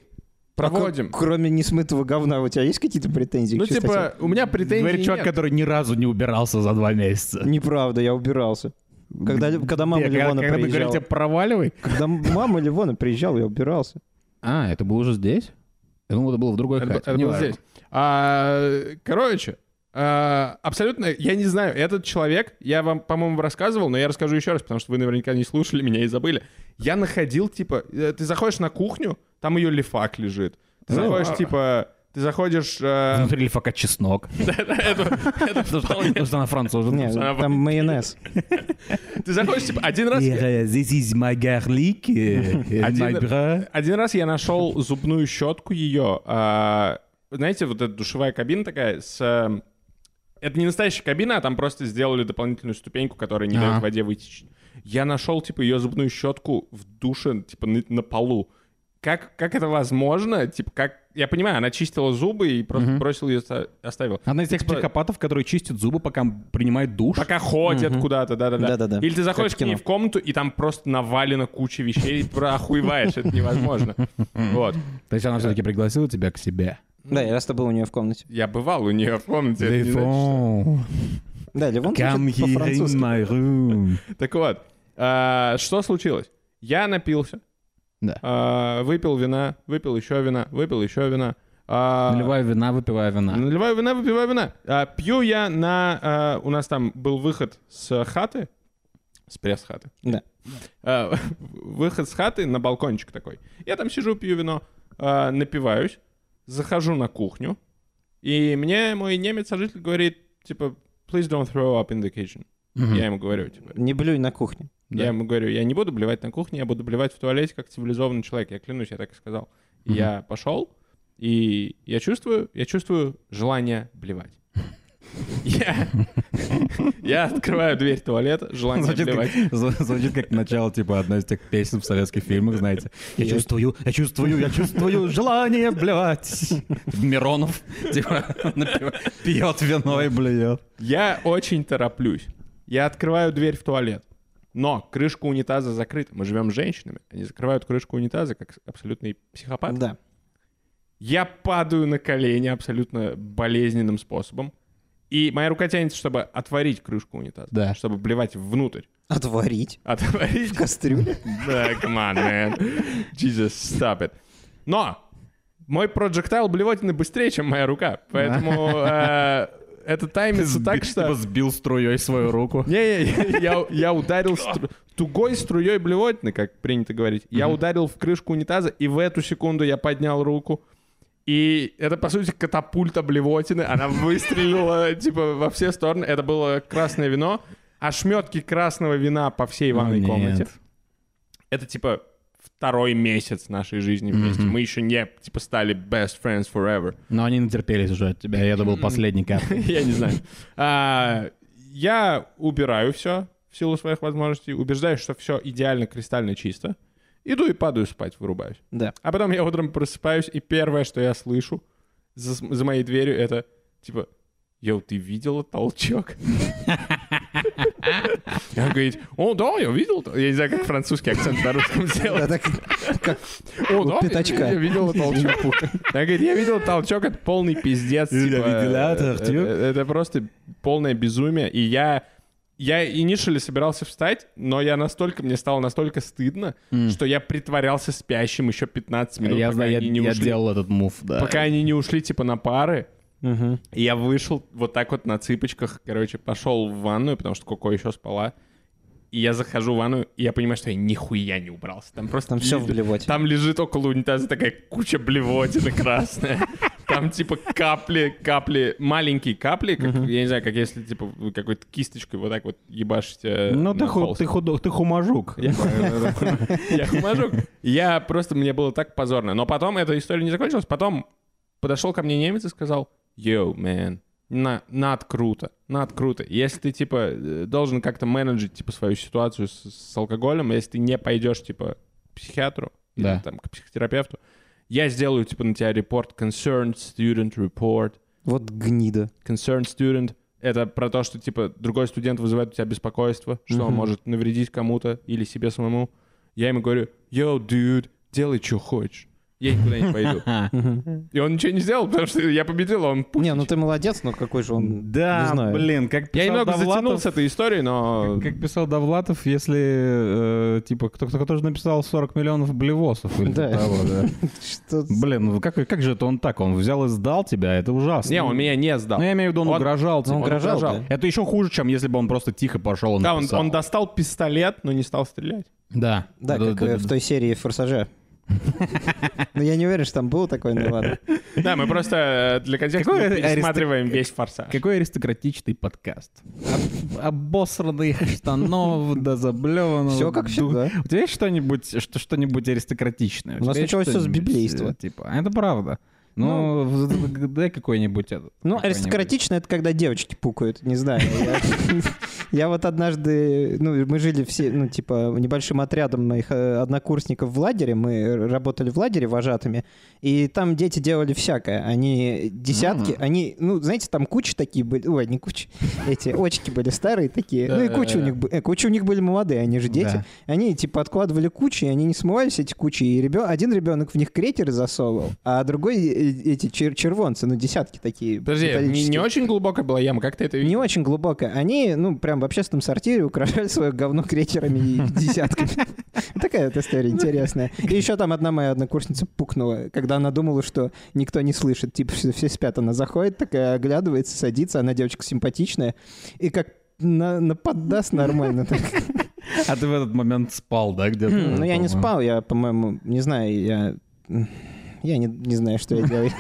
Speaker 2: проводим.
Speaker 1: А Кроме несмытого говна, у тебя есть какие-то претензии
Speaker 2: Ну,
Speaker 1: к чистоте?
Speaker 2: типа, у меня
Speaker 3: Говорит
Speaker 2: претензий
Speaker 3: чувак,
Speaker 2: нет.
Speaker 3: который ни разу не убирался за два месяца.
Speaker 1: Неправда, я убирался. Когда, когда мама
Speaker 3: Я- когда
Speaker 1: Ливона
Speaker 3: когда типа, вы
Speaker 1: приезжала...
Speaker 3: говорите «проваливай»,
Speaker 1: Когда мама Ливона приезжала, я убирался.
Speaker 3: А, это было уже здесь? Я думал, это было в другой
Speaker 2: Это,
Speaker 3: хате.
Speaker 2: это было
Speaker 3: Неважно.
Speaker 2: здесь. А, короче, а, э, абсолютно, я не знаю, этот человек, я вам, по-моему, рассказывал, но я расскажу еще раз, потому что вы наверняка не слушали меня и забыли. Я находил, типа, э, ты заходишь на кухню, там ее лифак лежит. Ты
Speaker 3: Ну,
Speaker 2: заходишь,
Speaker 3: а-
Speaker 2: типа, ты заходишь... э,
Speaker 3: Внутри лифака чеснок. Потому что- потому что она француженка.
Speaker 1: Не, ну, там майонез.
Speaker 3: Ну,
Speaker 2: Ты заходишь, типа, один раз...
Speaker 3: This is my garlic eh, and
Speaker 2: my Один раз я нашел зубную щетку ее. а, знаете, вот эта душевая кабина такая с... э, Это не настоящая кабина, а там просто сделали дополнительную ступеньку, которая не
Speaker 3: Ага.
Speaker 2: дает воде вытечь. Я нашел, типа, ее зубную щетку в душе, типа, на, на полу. Как, как это возможно? Типа, как... Я понимаю, она чистила зубы и просто бросила ее, оставила.
Speaker 3: Одна из тех
Speaker 2: Типа-
Speaker 3: психопатов, которые чистят зубы, пока принимают душ.
Speaker 2: Пока ходят куда-то, да-да-да.
Speaker 1: Да-да-да.
Speaker 2: Или ты заходишь
Speaker 1: Как в
Speaker 2: к ней
Speaker 1: кино.
Speaker 2: в комнату, и там просто навалена куча вещей, и ты просто охуеваешь, это невозможно. Вот.
Speaker 3: То есть она все-таки пригласила тебя к себе.
Speaker 1: Да, я раз-то был у нее в комнате.
Speaker 2: Я бывал у нее в комнате. это не значит, что-
Speaker 3: Come
Speaker 1: Да, Левон звучит
Speaker 3: here in
Speaker 1: по-французски.
Speaker 3: my room.
Speaker 2: Так вот, а, что случилось? Я напился,
Speaker 3: Да.
Speaker 2: а, выпил вина, выпил еще вина, выпил еще вина. а,
Speaker 3: Наливаю вина, выпиваю вина.
Speaker 2: Наливаю вина, выпиваю вина. А, Пью я на... а, У нас там был выход с хаты, с пресс-хаты.
Speaker 1: Да.
Speaker 2: А, выход с хаты на балкончик такой. Я там сижу, пью вино, а, напиваюсь, захожу на кухню, и мне мой немец-сожитель говорит, типа, please don't throw up in the kitchen. Я ему говорю, типа,
Speaker 1: Не блюй на кухне.
Speaker 3: Да.
Speaker 2: я ему говорю, я не буду блевать на кухне, я буду блевать в туалете, как цивилизованный человек. Я клянусь, я так и сказал. И
Speaker 3: Мгм.
Speaker 2: Я пошел, и я чувствую, я чувствую желание блевать. Я, я открываю дверь туалета, желание
Speaker 3: Звучит
Speaker 2: блевать.
Speaker 3: как, зв- звучит как начало, типа, одной из тех песен в советских фильмах, знаете. Я чувствую, я чувствую, я чувствую желание блевать. Миронов, типа, напи- пьет вино и блюет.
Speaker 2: Я очень тороплюсь. Я открываю дверь в туалет. Но крышка унитаза закрыта. Мы живем с женщинами. Они закрывают крышку унитаза, как абсолютный психопат.
Speaker 1: Да.
Speaker 2: Я падаю на колени абсолютно болезненным способом. И моя рука тянется, чтобы отворить крышку унитаза.
Speaker 3: Да.
Speaker 2: Чтобы блевать внутрь.
Speaker 1: Отварить
Speaker 2: Отворить.
Speaker 1: в кастрюле.
Speaker 2: Да, come on, man. Jesus, stop it. Но мой проджектайл блевотины быстрее, чем моя рука. Поэтому э, это таймится так, что...
Speaker 3: типа, сбил струей свою руку.
Speaker 2: Не-не, я, я ударил стру- тугой струей блевотины, как принято говорить. Я ударил в крышку унитаза, и в эту секунду я поднял руку. И это, по сути, катапульта блевотины. Она выстрелила, типа, во все стороны. Это было красное вино. Ошметки красного вина по всей ванной
Speaker 3: Ну Нет.
Speaker 2: комнате. Это, типа, второй месяц нашей жизни вместе. Мы еще не, типа, стали best friends forever.
Speaker 3: Но они натерпелись уже от тебя, и это был последний кап.
Speaker 2: Я не знаю. А, Я убираю все в силу своих возможностей, убеждаюсь, что все идеально кристально чисто. Иду и падаю спать, вырубаюсь.
Speaker 1: Да.
Speaker 2: А потом я утром просыпаюсь, и первое, что я слышу за, с- за моей дверью, это типа «Йоу, ты видела толчок?» И Он говорит «О, да, я видел». то-». Я не знаю, как французский акцент на русском
Speaker 1: Да,
Speaker 2: сделать.
Speaker 1: так, как
Speaker 2: «О,
Speaker 1: у
Speaker 2: да, я-
Speaker 1: пятачка».
Speaker 2: я видела толчок». Она говорит, я видел толчок, это полный пиздец.
Speaker 3: Я
Speaker 2: типа,
Speaker 3: видела, это
Speaker 2: э,
Speaker 3: Артём.
Speaker 2: э, Это просто полное безумие. И я... Я инишали собирался встать, но я настолько, мне стало настолько стыдно, что я притворялся спящим еще 15 минут,
Speaker 3: Я
Speaker 2: Ну, пока
Speaker 3: знаю, я,
Speaker 2: они не
Speaker 3: я
Speaker 2: ушли.
Speaker 3: делал этот мув, да.
Speaker 2: Пока они не ушли, типа, на пары. И я вышел вот так вот на цыпочках, короче, пошел в ванную, потому что Коко еще спала. И я захожу в ванную, и я понимаю, что я нихуя не убрался. Там просто...
Speaker 1: Там всё в блевотине.
Speaker 2: Там лежит около унитаза такая куча блевотины красная. Там типа капли, капли, маленькие капли, как, я не знаю, как если типа вы какой-то кисточкой вот так вот ебашите. на
Speaker 3: Ну, ты, ху,
Speaker 2: холст.
Speaker 3: ты, худо- ты хумажук.
Speaker 2: Я я хумажук. Я просто, мне было так позорно. Но потом эта история не закончилась. Потом подошел ко мне немец и сказал, «Yo, man, на, над круто, над круто. Если ты, типа, э, должен как-то менеджить, типа, свою ситуацию с, с алкоголем, если ты не пойдешь, типа, к психиатру или,
Speaker 3: Да.
Speaker 2: там, к психотерапевту, я сделаю, типа, на тебя репорт, concerned student report,
Speaker 1: Вот гнида.
Speaker 2: concerned student это про то, что типа другой студент вызывает у тебя беспокойство, что он
Speaker 1: Мгм.
Speaker 2: может навредить кому-то или себе самому. Я ему говорю, yo, dude, делай, что хочешь. Я никуда не пойду. И он ничего не сделал, потому что я победил, а он пу-
Speaker 1: Не, ну ты молодец, но какой же он... не
Speaker 3: Да,
Speaker 1: знаю.
Speaker 3: блин, как
Speaker 2: Я
Speaker 3: писал
Speaker 2: немного затянул
Speaker 3: Довлатов-
Speaker 2: с этой историей, но...
Speaker 3: Как писал Довлатов, если, э, типа, кто-то тоже написал 40 миллионов блевосов. Или
Speaker 1: Да.
Speaker 3: типа того, да.
Speaker 1: Что за-
Speaker 3: Блин, ну как, как же это он так? Он взял и сдал тебя, это ужасно.
Speaker 2: Не, он меня не сдал.
Speaker 3: Ну, я имею в виду, он,
Speaker 2: Он-
Speaker 3: угрожал тебе.
Speaker 1: Ну, он угрожал, да.
Speaker 3: Это еще хуже, чем если бы он просто тихо пошел и
Speaker 2: Да, он,
Speaker 3: написал.
Speaker 2: он достал пистолет, но не стал стрелять.
Speaker 3: Да.
Speaker 1: Да, как э, в той серии «Форсажа». Ну, я не уверен, что там было такое, ну ладно.
Speaker 2: Да, мы просто э, для контекста
Speaker 3: Какой
Speaker 2: мы
Speaker 3: аристок-
Speaker 2: пересматриваем весь форсаж.
Speaker 3: Какой аристократичный подкаст. Об- Обосранных штанов, да заблеванного.
Speaker 1: Все как
Speaker 3: ду-
Speaker 1: всегда.
Speaker 3: У тебя есть что-нибудь, что- что-нибудь аристократичное?
Speaker 1: У нас
Speaker 3: тебя есть
Speaker 1: началось всё с
Speaker 3: что-нибудь,
Speaker 1: библейства.
Speaker 3: э, Типа, а это правда. Ну, в- дай какой-нибудь этот.
Speaker 1: Ну,
Speaker 3: какой-нибудь.
Speaker 1: аристократично — это когда девочки пукают, не знаю. Я- Я вот однажды, ну, мы жили все, ну, типа, небольшим отрядом моих э, однокурсников в лагере, мы работали в лагере вожатыми, и там дети делали всякое. Они десятки, они, ну, знаете, там кучи такие были, ой, не кучи, эти очки были старые такие, ну, и кучи у них, бы- э, кучи у них были молодые, они же дети.
Speaker 3: Да.
Speaker 1: Они, типа, откладывали кучи, и они не смывались, эти кучи, и ребё- один ребенок в них кретеры засовывал, а другой э, эти чер- червонцы, ну, десятки такие.
Speaker 2: Подожди, не,
Speaker 1: металлические.
Speaker 2: не очень глубокая была яма, как ты это
Speaker 1: Не
Speaker 2: видел?
Speaker 1: очень глубоко. Они, ну, прям в общественном сортире украшали свое говно кречерами и десятками. Такая вот история интересная. И еще там одна моя однокурсница пукнула, когда она думала, что никто не слышит. Типа, что все спят. Она заходит, такая оглядывается, садится. Она девочка симпатичная. И как на, на поддаст нормально. так.
Speaker 3: А ты в этот момент спал, да, где-то?
Speaker 1: Ну, я не
Speaker 3: По-моему.
Speaker 1: спал, я, по-моему, не знаю, я... Я не, не знаю, что я делаю.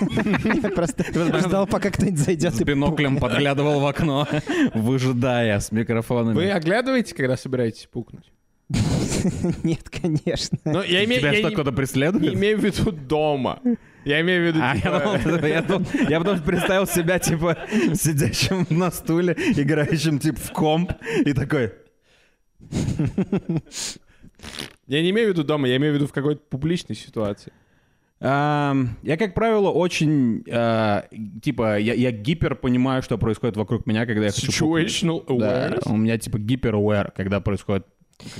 Speaker 1: Я просто ждал, пока кто-нибудь зайдет.
Speaker 3: С биноклем подглядывал в окно, выжидая с микрофонами.
Speaker 2: Вы оглядываете, когда собираетесь пукнуть?
Speaker 1: Нет, конечно.
Speaker 2: Ну, я имею,
Speaker 3: Тебя
Speaker 2: я
Speaker 3: что,
Speaker 2: не-
Speaker 3: кто-то
Speaker 2: не
Speaker 3: преследует?
Speaker 2: имею в виду дома. Я имею в виду...
Speaker 3: А, я,
Speaker 2: типа,
Speaker 3: думал, я, думал- я потом представил себя, типа, сидящим на стуле, играющим, типа, в комп, и такой...
Speaker 2: я не имею в виду дома, я имею в виду в какой-то публичной ситуации.
Speaker 3: «Ам, я, как правило, очень, э, типа, я, я гипер понимаю, что происходит вокруг меня, когда я хочу... пукнуть.
Speaker 2: Situational
Speaker 3: Да,
Speaker 2: awareness.
Speaker 3: у меня, типа, гипер-aware, когда происходит,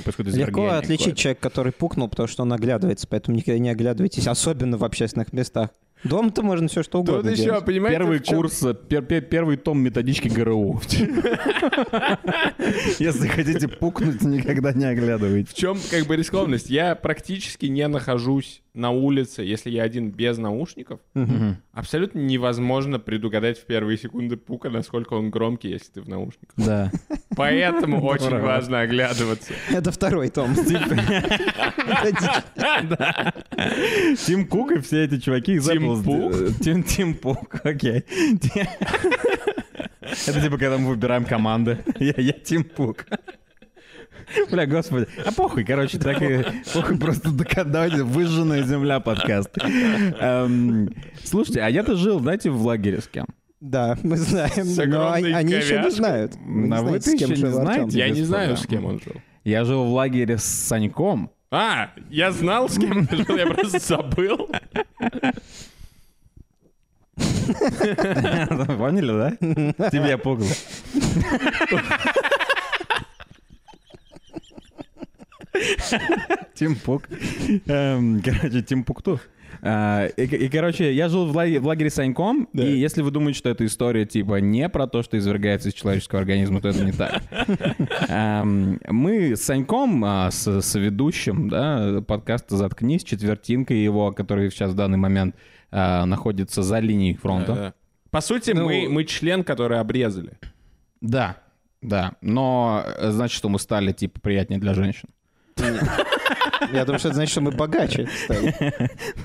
Speaker 3: происходит
Speaker 1: Легко
Speaker 3: извержение
Speaker 1: отличить
Speaker 3: какое-то.
Speaker 1: человека, который пукнул, потому что он оглядывается, поэтому никогда не оглядывайтесь, особенно в общественных местах. Дома-то можно все что
Speaker 2: Тут
Speaker 1: угодно
Speaker 2: еще,
Speaker 1: делать.
Speaker 2: понимаете,
Speaker 3: Первый
Speaker 2: в чем-
Speaker 3: курс, э, пер- пер- первый том методички ГРУ. Если хотите пукнуть, никогда не оглядывайтесь.
Speaker 2: В чем как бы рискованность? Я практически не нахожусь на улице, если я один без наушников. Абсолютно невозможно предугадать в первые секунды пука, насколько он громкий, если ты в наушниках.
Speaker 3: Да.
Speaker 2: Поэтому очень важно оглядываться.
Speaker 1: Это второй том.
Speaker 3: Типа, Тим Кук и все эти чуваки из
Speaker 2: Тим
Speaker 3: Apple
Speaker 2: Пук?
Speaker 3: сдел- Тим, Тим Пук, окей. Ти- Это типа, когда мы выбираем команды. Я, я Тим Пук. Бля, господи. А похуй, короче, так и похуй просто докадали. Выжженная земля подкаст. Эм, слушайте, а я-то жил, знаете, в лагере с кем?
Speaker 1: Да, мы знаем,
Speaker 2: С
Speaker 1: но
Speaker 2: огромной
Speaker 1: они- они еще не
Speaker 2: ковяжкой.
Speaker 1: знают. Вы не
Speaker 3: А вы
Speaker 1: знаете,
Speaker 3: это
Speaker 1: с кем
Speaker 3: еще не
Speaker 1: жил Артём.
Speaker 3: знаете?
Speaker 2: Я не
Speaker 3: господа.
Speaker 2: знаю, с кем он жил.
Speaker 3: Я жил в лагере с Саньком.
Speaker 2: А, я знал, с кем он жил, я просто забыл.
Speaker 3: Поняли, да? Тебе я пугал. Тим Пук. Эм, Короче, Тим Пукту. А, И, и, короче, я жил в, лаге- в лагере с Саньком, и если вы думаете, что эта история, типа, не про то, что извергается из человеческого организма, то это не так. Эм, Мы с Саньком, а, с, с ведущим да, подкаста «Заткнись», четвертинкой его, который сейчас в данный момент а, находится за линией фронта.
Speaker 2: Да. Ну, По сути, мы, мы член, который обрезали.
Speaker 3: Да, да. Но э, значит, что мы стали типа приятнее для женщин.
Speaker 1: Я думаю, что это значит, что мы богаче стали.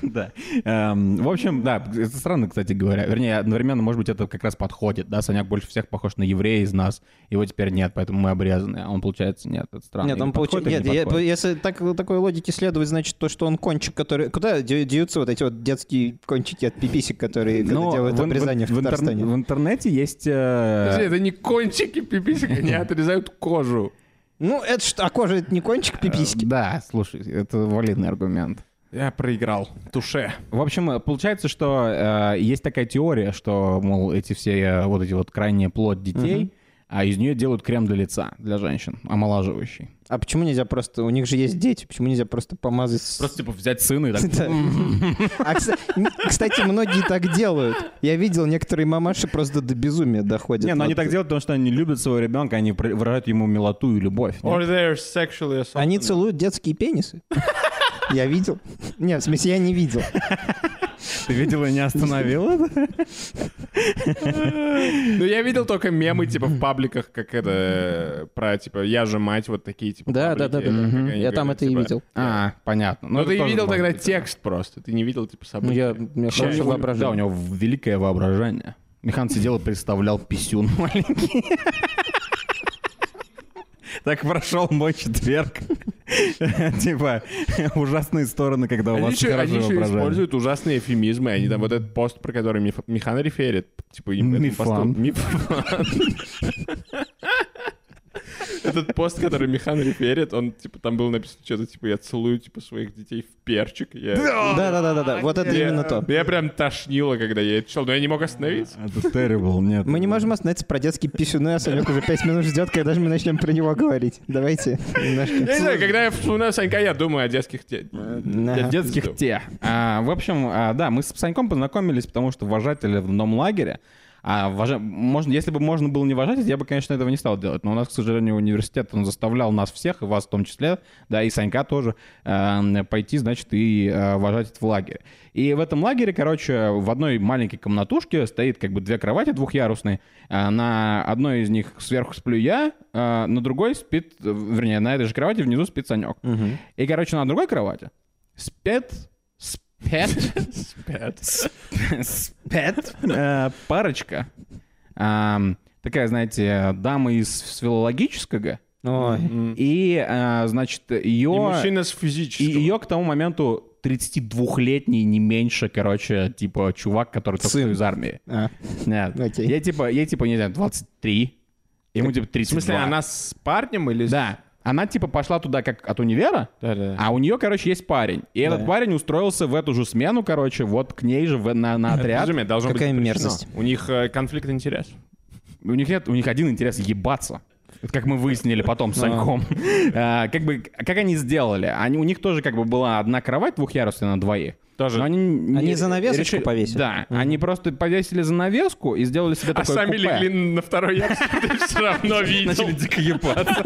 Speaker 3: Да. Эм, В общем, да, это странно, кстати говоря. Вернее, одновременно, может быть, это как раз подходит. Да, Саняк больше всех похож на еврея из нас. Его теперь нет, поэтому мы обрезаны. А он, получается, нет, это странно.
Speaker 1: Нет,
Speaker 3: Или
Speaker 1: он получил...
Speaker 3: подходит, или
Speaker 1: Нет,
Speaker 3: не
Speaker 1: я-
Speaker 3: подходит.
Speaker 1: если так, такой логике следовать, значит, то, что он кончик, который... Куда де- деются вот эти вот детские кончики от пиписек, которые когда
Speaker 3: Но
Speaker 1: делают
Speaker 3: в- в-
Speaker 1: обрезание в,
Speaker 3: в интер-
Speaker 1: Татарстане?
Speaker 3: В интернете есть...
Speaker 2: Подожди,
Speaker 3: э,
Speaker 2: это не кончики пиписек, они отрезают кожу.
Speaker 1: Ну, это что? А кожа — это не кончик пиписьки?
Speaker 3: э, Да, слушай, это валидный аргумент.
Speaker 2: Я проиграл. Туше.
Speaker 3: В общем, э, получается, что э, есть такая теория, что, мол, эти все э, вот эти вот крайняя плоть детей, а из нее делают крем для лица, для женщин, омолаживающий.
Speaker 1: А почему нельзя просто... У них же есть дети, почему нельзя просто помазать... с-
Speaker 3: Просто, типа, взять сына и так...
Speaker 1: Да. А, кста- м, кстати, многие так делают. Я видел, некоторые мамаши просто до безумия доходят.
Speaker 3: Не, но они
Speaker 1: Вот.
Speaker 3: так делают, потому что они любят своего ребенка, они про- выражают ему милоту и любовь. Нет?
Speaker 2: Or they're sexually assaulted.
Speaker 1: Они целуют детские пенисы. Я видел. Не, в смысле, я не видел.
Speaker 3: Ты видела и не остановила?
Speaker 2: Ну, я видел только мемы, типа, в пабликах, как это, про, типа, я же мать, вот такие, типа,
Speaker 1: Да, да,
Speaker 2: паблики,
Speaker 1: да, да.
Speaker 2: как они
Speaker 1: Я там
Speaker 2: говорят,
Speaker 1: это и
Speaker 2: типа,
Speaker 1: видел.
Speaker 3: А, понятно.
Speaker 2: Ну, ты
Speaker 3: тоже
Speaker 2: видел
Speaker 3: может
Speaker 2: тогда
Speaker 3: быть.
Speaker 2: текст просто, ты не видел, типа,
Speaker 1: Ну,
Speaker 2: события.
Speaker 1: я, у меня
Speaker 3: Да,
Speaker 1: хорошее
Speaker 3: у него- Да, у
Speaker 1: воображение.
Speaker 3: него великое воображение. Михан сидел и представлял писюн маленький. Так прошел мой четверг. Типа, ужасные стороны, когда у
Speaker 2: Они
Speaker 3: вас
Speaker 2: еще, они
Speaker 3: хорошее
Speaker 2: еще
Speaker 3: воображение.
Speaker 2: используют ужасные эфемизмы, они там вот этот пост, про который Миф- Михан реферит, типа, им этот пост-
Speaker 3: Мифан.
Speaker 2: Мифан. Этот пост, который Михан реферит, он, типа, там было написано что-то, типа, я целую, типа, своих детей в перчик. Я-
Speaker 1: Да, да, да, да, да. Вот это
Speaker 2: Я-
Speaker 1: именно то.
Speaker 2: Меня прям тошнило, когда я это читал, но я не мог остановиться.
Speaker 3: Это terrible, нет.
Speaker 1: Мы не можем остановиться про детские писюны, а Санек уже 5 минут ждет, когда же мы начнем про него говорить. Давайте
Speaker 2: Я не
Speaker 1: немножко.
Speaker 2: знаю, когда я вспоминаю Санька, я думаю о детских те...
Speaker 1: Ага.
Speaker 3: детских те. А, в общем, а, да, мы с Саньком познакомились, потому что вожатели в одном лагере. А вожа- можно, если бы можно было не вожать, я бы, конечно, этого не стал делать. Но у нас, к сожалению, университет, он заставлял нас всех, и вас в том числе, да, и Санька тоже, э, пойти, значит, и э, вожать в лагерь. И в этом лагере, короче, в одной маленькой комнатушке стоит как бы две кровати двухъярусные. А на одной из них сверху сплю я, а на другой спит, э, вернее, на этой же кровати внизу спит Санек. И, короче, на другой кровати спят, спят,
Speaker 2: Спят.
Speaker 3: спят э, парочка. Ам, такая, знаете, дама из филологического.
Speaker 1: Ой.
Speaker 3: И, э, значит,
Speaker 2: И
Speaker 3: ее...
Speaker 2: мужчина с
Speaker 3: И
Speaker 2: физическим.
Speaker 3: ее к тому моменту 32-летний, не меньше, короче, типа, чувак, который только
Speaker 1: Сын.
Speaker 3: что из армии.
Speaker 1: А,
Speaker 3: Нет.
Speaker 1: Окей.
Speaker 3: Я типа, ей типа, не знаю, 23. Ему типа 32.
Speaker 2: В смысле, она с парнем или... с-
Speaker 3: Да. Она типа пошла туда как от универа,
Speaker 2: Да-да.
Speaker 3: а у нее, короче, есть парень. И этот парень устроился в эту же смену, короче, вот к ней же в- на, на отряд.
Speaker 2: Безумие, должно
Speaker 1: Какая
Speaker 2: быть запрещено.
Speaker 1: мерзость.
Speaker 2: У них э, конфликт интересов.
Speaker 3: У них нет, у них один интерес — ебаться. Это как мы выяснили потом с Саньком. А, Как бы, как они сделали? Они, у них тоже как бы была одна кровать двухъярусная на двоих.
Speaker 2: Тоже.
Speaker 3: Но они, не-
Speaker 1: Они занавесочку повесили?
Speaker 3: Да, они просто повесили занавеску и сделали себе
Speaker 2: А
Speaker 3: такое
Speaker 2: сами
Speaker 3: купе.
Speaker 2: легли на второй ярус, ты все равно видел.
Speaker 3: Начали дико ебаться.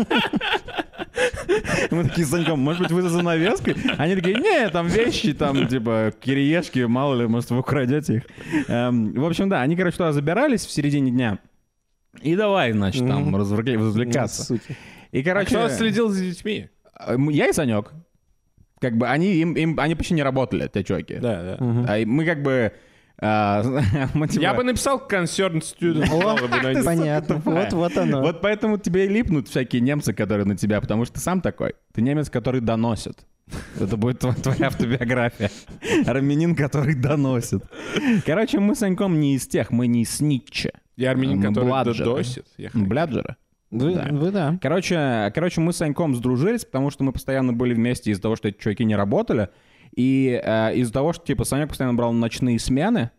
Speaker 3: Мы такие с Саньком, может быть, вы за занавеской? Они такие, не, там вещи, там, типа, кириешки, мало ли, может, вы украдете их. Эм, В общем, да, они, короче, туда забирались в середине дня. И давай, значит, там развлекли- развлекаться.
Speaker 1: суки.
Speaker 3: И,
Speaker 2: А
Speaker 3: короче,
Speaker 2: кто следил за детьми?
Speaker 3: эм, я и Санек, как бы, они, им, им- они почти не работали, те чуваки.
Speaker 2: Да, да.
Speaker 3: А и Мы как бы... э, мы, типа-
Speaker 2: Я бы написал concerned student. жалобы на них.
Speaker 1: Понятно.
Speaker 3: тупая.
Speaker 1: Вот, вот оно.
Speaker 3: Вот поэтому тебе и липнут всякие немцы, которые на тебя, потому что ты сам такой. Ты немец, который доносит. Это будет тво- твоя автобиография. Армянин, который доносит. Короче, мы с Саньком не из тех, мы не из Снитча.
Speaker 2: Я армянин,
Speaker 3: М,
Speaker 2: который
Speaker 3: бладжер.
Speaker 2: додосит. Я х-
Speaker 3: Бляджера.
Speaker 1: Вы,
Speaker 3: да.
Speaker 1: вы да.
Speaker 3: Короче, короче, мы с Саньком сдружились, потому что мы постоянно были вместе из-за того, что эти чуваки не работали. И э, из-за того, что, типа, Санек постоянно брал ночные смены.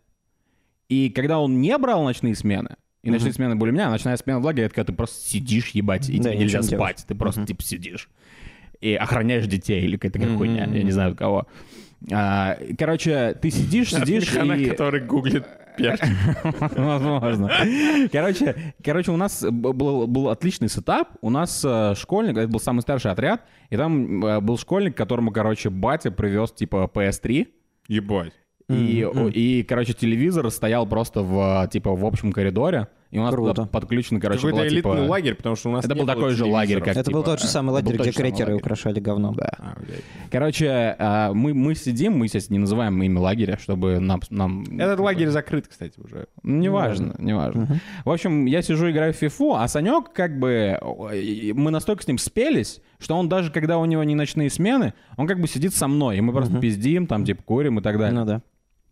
Speaker 3: И когда он не брал ночные смены, и ночные смены были у меня, а ночная смена в лагере, это когда ты просто сидишь, ебать, и
Speaker 1: Да,
Speaker 3: тебе
Speaker 1: и
Speaker 3: нельзя
Speaker 1: ничего не
Speaker 3: спать. Ты просто, типа, сидишь. И охраняешь детей или какая-то такая хуйня, я не знаю от кого. А, и, короче, ты сидишь,
Speaker 1: А
Speaker 2: От
Speaker 3: сидишь,
Speaker 2: механа,
Speaker 3: и...
Speaker 2: который гуглит перчик.
Speaker 3: Возможно. Короче, короче, у нас б- был, был отличный сетап. У нас э, школьник, это был самый старший отряд, и там э, был школьник, которому, короче, батя привез, типа, PS3.
Speaker 2: Ебать.
Speaker 3: И, о- и, короче, телевизор стоял просто в, э, типа, в общем коридоре. И у нас
Speaker 1: Круто.
Speaker 3: туда подключен, короче,
Speaker 2: Какой-то
Speaker 3: была, типа...
Speaker 2: элитный лагерь, потому что у нас
Speaker 3: Это
Speaker 2: не
Speaker 3: был
Speaker 2: было
Speaker 3: такой же
Speaker 2: телевизоров.
Speaker 3: лагерь, как
Speaker 1: Это был
Speaker 3: типа,
Speaker 1: тот же самый
Speaker 3: э,
Speaker 1: лагерь,
Speaker 3: был
Speaker 1: где
Speaker 3: тот же самый
Speaker 1: крекеры
Speaker 3: лагерь.
Speaker 1: украшали говном.
Speaker 3: Да.
Speaker 2: А, блядь.
Speaker 3: Короче, э, мы, мы сидим, мы, естественно, не называем имя лагеря, чтобы нам... нам
Speaker 2: Этот лагерь закрыт, кстати, уже.
Speaker 3: Неважно, неважно. В общем, я сижу, играю в фифу, а Санек, как бы, ой, мы настолько с ним спелись, что он даже, когда у него не ночные смены, он как бы сидит со мной, и мы просто пиздим, там, типа, курим и так далее.
Speaker 1: Ну да.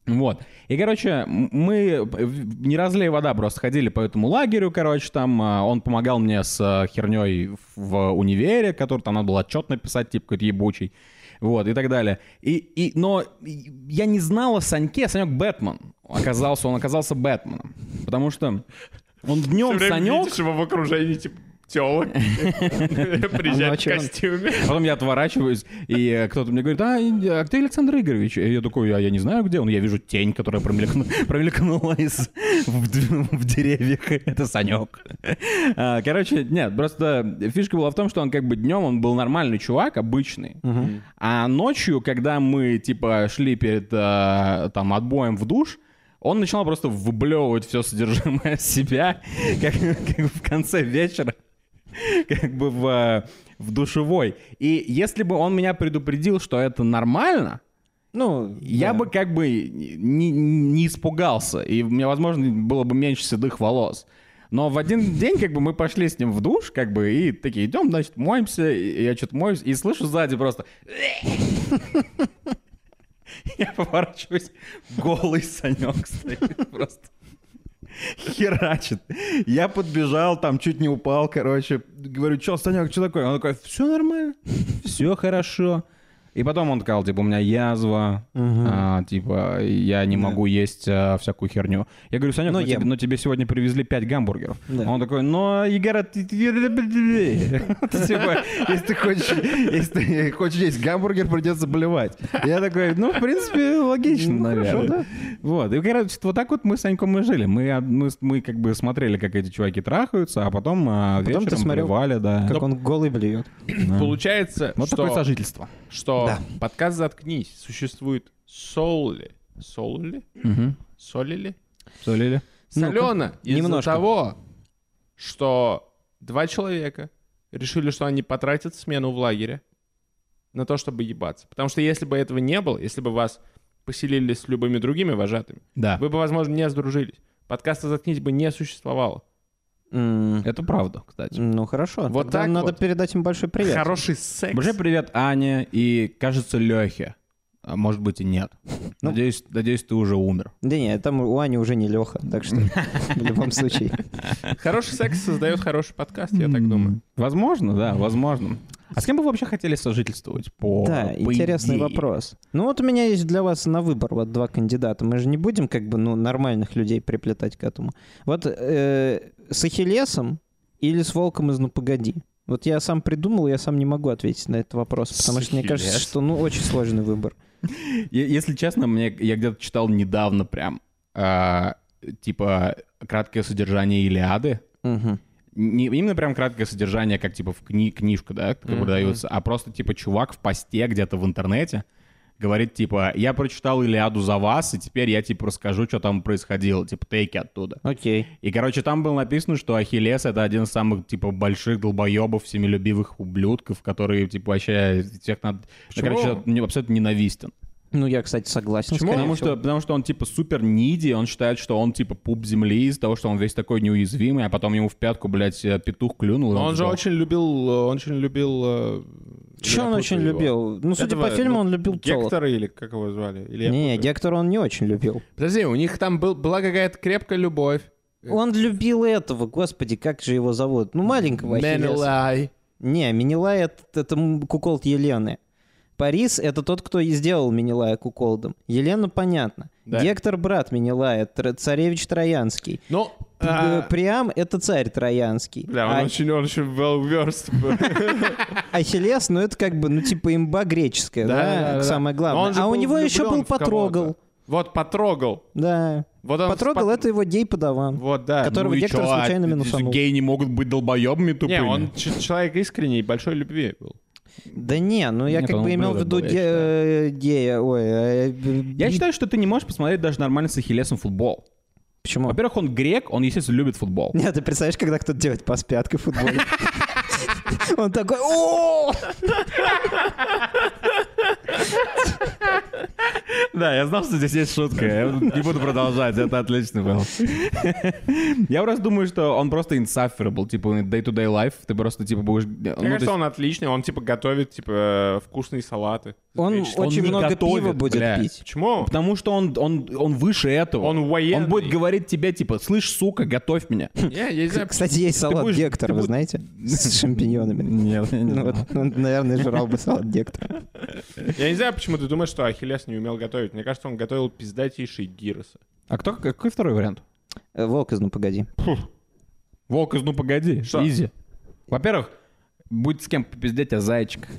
Speaker 3: Вот. И, короче, м- мы в- не разлей вода просто ходили по этому лагерю, короче, там а, он помогал мне с херней в универе, который там надо было отчет написать, типа какой-то ебучий. Вот, и так далее. И, и, но я не знал о Саньке, Санек Бэтмен. Оказался, он оказался Бэтменом. Потому что Он днем
Speaker 2: Всё время
Speaker 3: Санек,
Speaker 2: видишь его в окружении, типа, телок.
Speaker 3: А ну,
Speaker 2: Приезжает в
Speaker 1: ночью он-
Speaker 2: костюме.
Speaker 3: Потом я отворачиваюсь, и э, кто-то мне говорит, а, и- а где Александр Игоревич? И я такой, а я не знаю, где он. Я вижу тень, которая промелькну- промелькнула из, в, д- в деревьях. Это Санек. А, Короче, нет, просто фишка была в том, что он как бы днем, он был нормальный чувак, обычный. А ночью, когда мы, типа, шли перед э, там отбоем в душ, он начинал просто выблевывать все содержимое себя, как, как в конце вечера, как бы в, э, в душевой. И если бы он меня предупредил, что это нормально,
Speaker 1: Ну,
Speaker 3: я
Speaker 1: да.
Speaker 3: бы как бы не, не испугался, и у меня, возможно, было бы меньше седых волос. Но в один день, как бы, мы пошли с ним в душ, как бы, и такие, идем, значит, моемся, и я что-то моюсь, и слышу сзади просто... Я поворачиваюсь, голый Санек стоит просто херачит. Я подбежал, там чуть не упал, короче. Говорю, что, Санек, что такое? Он такой, все нормально, все хорошо. И потом он сказал, типа, у меня язва, а, типа, я не могу есть а, всякую херню. Я говорю, Санек,
Speaker 1: Но
Speaker 3: ну, тебе,
Speaker 1: ем.
Speaker 3: ну, тебе сегодня привезли 5 гамбургеров.
Speaker 1: Да.
Speaker 3: Он такой, ну, Егора, ты... ты- типа, если ты хочешь, если ты хочешь есть гамбургер, придется блевать. Я такой, ну, в принципе, логично, наверное. Ну, Вот, и, короче, вот так вот мы с Саньком мы жили. Мы, а, мы, с- мы как бы смотрели, как эти чуваки трахаются, а потом, а,
Speaker 1: Потом ты
Speaker 3: вечером
Speaker 1: смотрел,
Speaker 3: блевали, да.
Speaker 1: Как он голый блюет.
Speaker 2: Получается,
Speaker 3: Вот такое
Speaker 2: что,
Speaker 3: сожительство.
Speaker 2: что
Speaker 1: Да.
Speaker 2: подкаст «Заткнись» существует соли. Солили? Солили?
Speaker 3: Солили.
Speaker 1: Ну-ка,
Speaker 2: Солено из-за
Speaker 1: немножко.
Speaker 2: того, что два человека решили, что они потратят смену в лагере на то, чтобы ебаться. Потому что если бы этого не было, если бы вас поселили с любыми другими вожатыми,
Speaker 3: Да.
Speaker 2: вы бы, возможно, не сдружились. Подкаста «Заткнись» бы не существовало.
Speaker 1: М,
Speaker 3: Это правда, кстати.
Speaker 1: Ну, хорошо.
Speaker 2: Вот
Speaker 1: Тогда
Speaker 2: так
Speaker 1: Надо
Speaker 2: вот.
Speaker 1: передать им большой привет.
Speaker 2: Хороший секс.
Speaker 3: Уже привет Аня и, кажется, Лехе. А может быть и нет.
Speaker 1: Ну.
Speaker 3: Надеюсь, надеюсь, ты уже умер.
Speaker 1: Да нет, там у Ани уже не Леха, так что в любом случае.
Speaker 2: Хороший секс создает хороший подкаст, я так думаю.
Speaker 3: Возможно, да, возможно. А с кем бы вы вообще хотели сожительствовать? По,
Speaker 1: Да,
Speaker 3: по
Speaker 1: интересный
Speaker 3: идее?
Speaker 1: вопрос. Ну вот у меня есть для вас на выбор вот два кандидата. Мы же не будем как бы ну нормальных людей приплетать к этому. Вот э, с Ахиллесом или с Волком из «Ну погоди». Вот я сам придумал, я сам не могу ответить на этот вопрос,
Speaker 3: С
Speaker 1: потому что мне кажется,
Speaker 3: Ахиллесом.
Speaker 1: что ну очень сложный выбор.
Speaker 3: Е- Если честно, мне я где-то читал недавно прям, а, типа, краткое содержание Илиады.
Speaker 1: Мгм.
Speaker 3: Не именно прям краткое содержание, как типа в кни- книжку, да, как
Speaker 2: Мгм.
Speaker 3: продается, а просто типа чувак в посте где-то в интернете говорит типа, я прочитал Илиаду за вас, и теперь я типа расскажу, что там происходило, типа тейки оттуда.
Speaker 1: Окей.
Speaker 3: И, короче, там было написано, что Ахиллес — это один из самых, типа, больших долбоебов, семилюбивых ублюдков, которые, типа, вообще всех надо...
Speaker 2: Почему?
Speaker 3: Короче, не- абсолютно ненавистен.
Speaker 1: Ну я, кстати, согласен.
Speaker 2: Почему?
Speaker 1: скорее
Speaker 3: Потому
Speaker 1: всего.
Speaker 3: что, потому что он типа супер ниди, он считает, что он типа пуп земли из-за того, что он весь такой неуязвимый, а потом ему в пятку, блядь, э, петух клюнул. и
Speaker 2: Но он же
Speaker 3: сдох.
Speaker 2: очень любил... э, Он очень любил... э,
Speaker 1: Чё он
Speaker 2: я путаю
Speaker 1: очень
Speaker 2: его.
Speaker 1: любил? Ну, судя
Speaker 2: Этого,
Speaker 1: по фильму,
Speaker 2: ну,
Speaker 1: он любил телок.
Speaker 2: Гектора или как его звали? Или я
Speaker 1: Не,
Speaker 2: путаю?
Speaker 1: Гектора он не очень любил.
Speaker 2: Подожди, у них там был, была какая-то крепкая любовь.
Speaker 3: Э.
Speaker 1: Он любил этого, господи, как же его зовут? Ну, маленького Ахиллеса.
Speaker 2: Менелай.
Speaker 1: Не, Менелай — это, это м- куколд Елены. Парис — это тот, кто и сделал Менелая куколдом. Елена — понятно.
Speaker 2: Да.
Speaker 1: Гектор — брат Менелая, Тр- царевич Троянский.
Speaker 2: Ну,
Speaker 1: П-
Speaker 2: а,
Speaker 1: э, Приам — это царь Троянский.
Speaker 2: бля, он
Speaker 1: А
Speaker 2: очень, он очень well versed был.
Speaker 1: Ахиллес, ну это как бы, ну типа имба греческая, да,
Speaker 2: Да-да-да.
Speaker 1: самое
Speaker 2: Но
Speaker 1: главное.
Speaker 2: он же
Speaker 1: а у
Speaker 2: был
Speaker 1: него еще
Speaker 2: влюблён
Speaker 1: был
Speaker 2: в кого-то.
Speaker 1: Потрогал.
Speaker 2: Вот потрогал.
Speaker 1: Да.
Speaker 2: Вот он
Speaker 1: Потрогал —
Speaker 2: спот-
Speaker 1: это его гей-подаван.
Speaker 2: Вот, да.
Speaker 1: Которого
Speaker 3: и
Speaker 1: Гектор
Speaker 3: чё, а
Speaker 1: случайно
Speaker 3: т-
Speaker 1: минусанул.
Speaker 3: Геи не могут быть долбоебами тупыми.
Speaker 2: Не, он ч- человек искренний, большой любви был.
Speaker 1: Да не, ну я
Speaker 3: Нет,
Speaker 1: как
Speaker 3: он
Speaker 1: бы имел в
Speaker 3: ублюдок
Speaker 1: виду
Speaker 3: был, я
Speaker 1: ге- э, гея. Ой, э, э,
Speaker 3: Я считаю, что ты не можешь посмотреть даже нормально с Ахиллесом футбол.
Speaker 1: Почему?
Speaker 3: Во-первых, он грек, он, естественно, любит футбол.
Speaker 1: Нет, ты представляешь, когда кто-то делает пас пяткой в футболе? Он такой, о
Speaker 3: Да, я знал, что здесь есть шутка. Я не буду продолжать, это отлично было. Я просто думаю, что он просто insufferable, типа day-to-day life. Ты просто типа будешь... ну,
Speaker 2: Мне
Speaker 3: то есть-
Speaker 2: кажется, он отличный, он типа готовит типа э, вкусные салаты.
Speaker 1: Он
Speaker 2: Греческий.
Speaker 1: очень
Speaker 3: не
Speaker 1: много
Speaker 3: готовит,
Speaker 1: пива будет
Speaker 3: бля.
Speaker 1: пить.
Speaker 2: Почему?
Speaker 3: Потому что он, он, он выше этого.
Speaker 2: Он военный.
Speaker 3: Он будет говорить тебе, типа, слышь, сука, готовь меня.
Speaker 2: Я, я не знаю,
Speaker 1: Кстати, есть салат
Speaker 3: будешь-
Speaker 1: Гектор,
Speaker 3: ты
Speaker 1: вы
Speaker 3: будешь-
Speaker 1: знаете? С шампиньонами.
Speaker 3: Нет, я не
Speaker 1: Ну
Speaker 3: знаю.
Speaker 1: вот, он, наверное, жрал бы салат Гектора.
Speaker 2: я не знаю, почему ты думаешь, что Ахиллес не умел готовить. Мне кажется, он готовил пиздатейшие гиросы.
Speaker 3: А кто, какой второй вариант?
Speaker 1: Э, Волк из «Ну погоди».
Speaker 3: Волк из «Ну погоди».
Speaker 2: Что?
Speaker 3: Изи. Во-первых, будет с кем попиздеть а о зайчиках.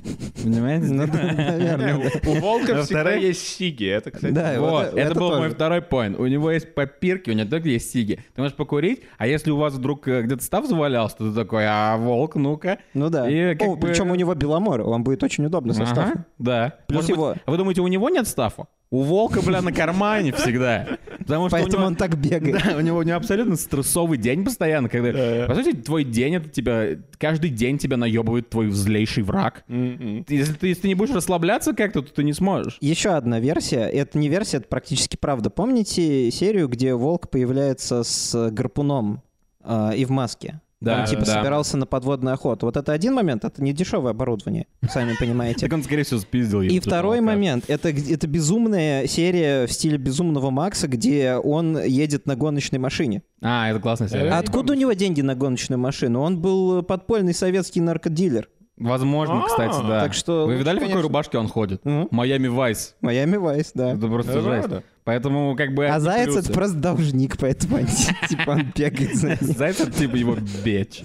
Speaker 3: Понимаете?
Speaker 1: Ну, да, наверное.
Speaker 2: У волка всегда
Speaker 3: Во-вторых-
Speaker 2: есть сиги. Это, кстати,
Speaker 1: Да, и
Speaker 3: Вот,
Speaker 1: вот
Speaker 3: это, был
Speaker 1: тоже.
Speaker 3: мой второй поинт. У него есть попирки, у него только есть сиги. Ты можешь покурить, а если у вас вдруг э, где-то став завалялся, то ты такой, а волк, ну-ка.
Speaker 1: Ну да.
Speaker 3: И как
Speaker 1: О,
Speaker 3: бы-
Speaker 1: причем у него Беломор, вам будет очень удобно со
Speaker 3: Ага,
Speaker 1: стафом.
Speaker 3: Да.
Speaker 1: Плюс
Speaker 3: Может быть,
Speaker 1: его-
Speaker 3: а вы думаете, у него нет стафа? У волка, бля, на кармане всегда. Потому что у
Speaker 1: Поэтому
Speaker 3: него-
Speaker 1: он так бегает.
Speaker 3: Да, у него, у него абсолютно стрессовый день постоянно, когда... По сути, твой день, это тебя... Каждый день тебя наебывает твой злейший враг.
Speaker 2: М-м.
Speaker 3: Ты- Если ты, если ты не будешь расслабляться как-то, то ты не сможешь.
Speaker 1: Еще одна версия. Это не версия, это практически правда. Помните серию, где волк появляется с гарпуном э, и в маске?
Speaker 3: Да,
Speaker 1: он типа
Speaker 3: да.
Speaker 1: собирался на подводную охоту. Вот это один момент, это не дешевое оборудование, сами понимаете.
Speaker 3: Так он, скорее всего, спиздил его.
Speaker 1: И второй момент, это, г- это безумная серия в стиле Безумного Макса, где он едет на гоночной машине.
Speaker 3: А, это классная серия.
Speaker 1: А
Speaker 2: Да, не
Speaker 1: откуда у него деньги на гоночную машину? Он был э, подпольный советский наркодилер.
Speaker 3: Возможно,
Speaker 2: А,
Speaker 3: кстати, да.
Speaker 1: так что
Speaker 3: Вы
Speaker 1: лучше,
Speaker 3: видали, в какой
Speaker 1: конечно.
Speaker 3: рубашке он ходит?
Speaker 1: Мгм.
Speaker 3: Майами Вайс.
Speaker 1: Майами Вайс, да.
Speaker 3: Это
Speaker 2: Это
Speaker 3: просто жесть.
Speaker 2: правда.
Speaker 3: Поэтому как бы...
Speaker 1: А
Speaker 3: одни
Speaker 1: Заяц
Speaker 3: плюсы.
Speaker 1: это просто должник, поэтому он, типа он бегает за ним.
Speaker 3: Заяц это типа его бич.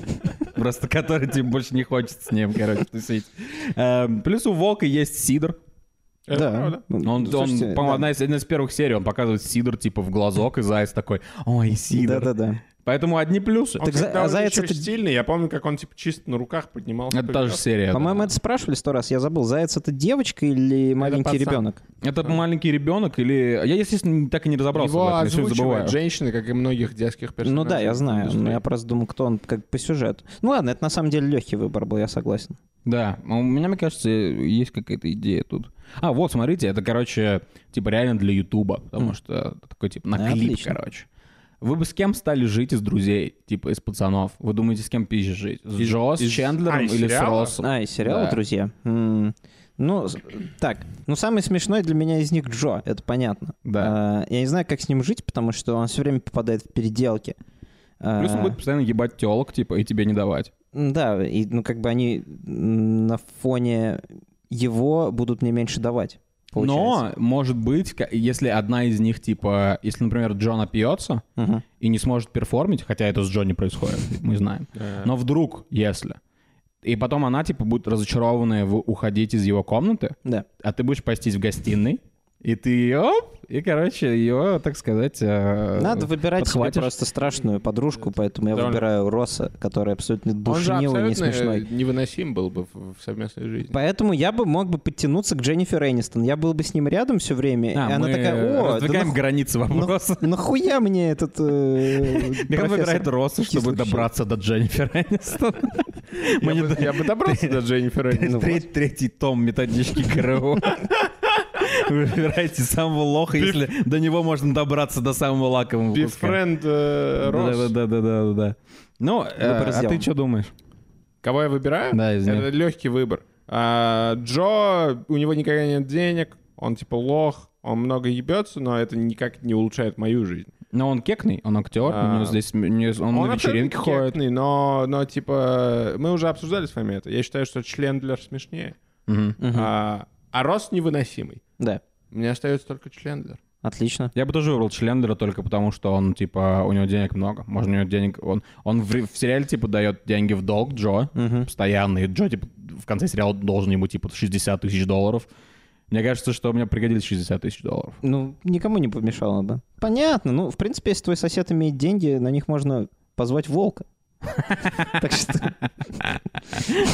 Speaker 3: Просто который тебе больше не хочет с ним, короче, тусить. Эм, Плюс у Волка есть сидр.
Speaker 2: Это правда.
Speaker 1: Он,
Speaker 3: Ну, Он, он, по-моему, одна, из, одна из первых серий, он показывает сидр типа в глазок, и заяц такой, ой, сидр.
Speaker 1: Да-да-да.
Speaker 3: Поэтому одни плюсы.
Speaker 2: Он
Speaker 1: Так за-
Speaker 2: когда
Speaker 1: а
Speaker 2: он
Speaker 1: заяц
Speaker 2: еще
Speaker 1: это-
Speaker 2: стильный, я помню, как он типа чисто на руках поднимал.
Speaker 3: Это та же серия. да.
Speaker 1: По-моему, это спрашивали сто раз, я забыл. Заяц это девочка или маленький
Speaker 2: пацан.
Speaker 1: ребенок?
Speaker 3: Это маленький ребенок или... Я, естественно, так и не разобрался в
Speaker 2: Его
Speaker 3: этом, я всё время
Speaker 2: озвучивают
Speaker 3: забываю.
Speaker 2: женщины, как и многих детских персонажей.
Speaker 1: Ну да, я знаю,
Speaker 2: Индустрии.
Speaker 1: но я просто думал, кто он как по сюжету. Ну ладно, это на самом деле легкий выбор был, я согласен.
Speaker 3: Да, а у меня, мне кажется, есть какая-то идея тут. А, вот, смотрите, это, короче, типа реально для Ютуба, потому что такой, типа, на
Speaker 1: Да,
Speaker 3: клип,
Speaker 1: отлично.
Speaker 3: короче. Вы бы с кем стали жить из друзей, типа, из пацанов? Вы думаете, с кем пиздишь жить? С
Speaker 2: Из-
Speaker 3: Джо, с
Speaker 2: из-
Speaker 3: Чендлером
Speaker 2: а, из
Speaker 3: или с
Speaker 2: сериала?
Speaker 3: Россом?
Speaker 1: А, и сериал
Speaker 3: Да.
Speaker 1: «Друзья». М, Ну, с- так, ну самый смешной для меня из них Джо, это понятно.
Speaker 3: Да.
Speaker 1: А, Я не знаю, как с ним жить, потому что он все время попадает в переделки. А,
Speaker 3: Плюс он будет постоянно ебать телок, типа, и тебе не давать.
Speaker 1: Да, и ну как бы они м, на фоне его будут мне меньше давать. Получается.
Speaker 3: Но, может быть, ка- если одна из них, типа, если, например, Джона пьется
Speaker 1: Мгм.
Speaker 3: и не сможет перформить, хотя это с Джонни происходит, мы знаем.
Speaker 2: Да.
Speaker 3: Но вдруг, если. И потом она, типа, будет разочарованная в- уходить из его комнаты,
Speaker 1: Да.
Speaker 3: а ты будешь пастись в гостиной, и ты оп, и, короче, ее, так сказать... э,
Speaker 1: Надо выбирать себе
Speaker 3: подхватишь.
Speaker 1: просто страшную подружку, поэтому я
Speaker 2: Довольно.
Speaker 1: выбираю Росса, который абсолютно
Speaker 2: Он же
Speaker 1: душнилый, не
Speaker 2: абсолютно э,
Speaker 1: смешной.
Speaker 2: невыносим был бы в в совместной жизни.
Speaker 1: Поэтому я бы мог бы подтянуться к Дженнифер Энистон. Я был бы с ним рядом все время,
Speaker 3: А,
Speaker 1: и она
Speaker 3: мы
Speaker 1: такая, о, да
Speaker 3: раздвигаем
Speaker 1: нах- «Ну,
Speaker 3: границы вопроса.
Speaker 1: нахуя мне этот э,
Speaker 3: И Он выбирает
Speaker 1: профессор?»
Speaker 3: Росса, чтобы
Speaker 1: Числых щит.
Speaker 3: добраться до Дженнифер Энистон. Мы не
Speaker 2: Я бы-
Speaker 3: д-
Speaker 2: Я бы добрался до Дженнифер Энистон.
Speaker 3: Треть- Третий том методички КРО. Вы выбираете самого лоха, если до него можно добраться до самого лакового куска.
Speaker 2: Бифренд э, Росс.
Speaker 3: Да-да-да-да-да. Ну, э,
Speaker 1: Выбор
Speaker 3: а ты
Speaker 1: сделан.
Speaker 3: что думаешь?
Speaker 2: Кого я выбираю?
Speaker 3: Да, из них.
Speaker 2: Это легкий выбор. А, Джо, у него никогда нет денег, он типа лох, он много ебется, но это никак не улучшает мою жизнь.
Speaker 3: Ну, он кекный, он актер, у
Speaker 2: А.
Speaker 3: него здесь м- не- он, на
Speaker 2: абсолютно
Speaker 3: вечеринке ходит.
Speaker 2: корректный, но, но типа мы уже обсуждали с вами это. Я считаю, что Члендлер смешнее,
Speaker 3: Мгм.
Speaker 1: Мгм.
Speaker 2: а, а Росс невыносимый.
Speaker 1: Да,
Speaker 2: Мне остается только Члендлер.
Speaker 1: отлично.
Speaker 3: Я бы тоже выбрал Члендера только потому, что он, типа, у него денег много. Может, у него денег... Он, он в, ре- в сериале, типа, дает деньги в долг Джо
Speaker 1: Мгм.
Speaker 3: постоянно. И Джо, типа, в конце сериала должен ему, типа, 60 тысяч долларов. Мне кажется, что мне пригодились 60 тысяч долларов.
Speaker 1: Ну, никому не помешало бы. Понятно. Ну, в принципе, если твой сосед имеет деньги, на них можно позвать волка. Так что...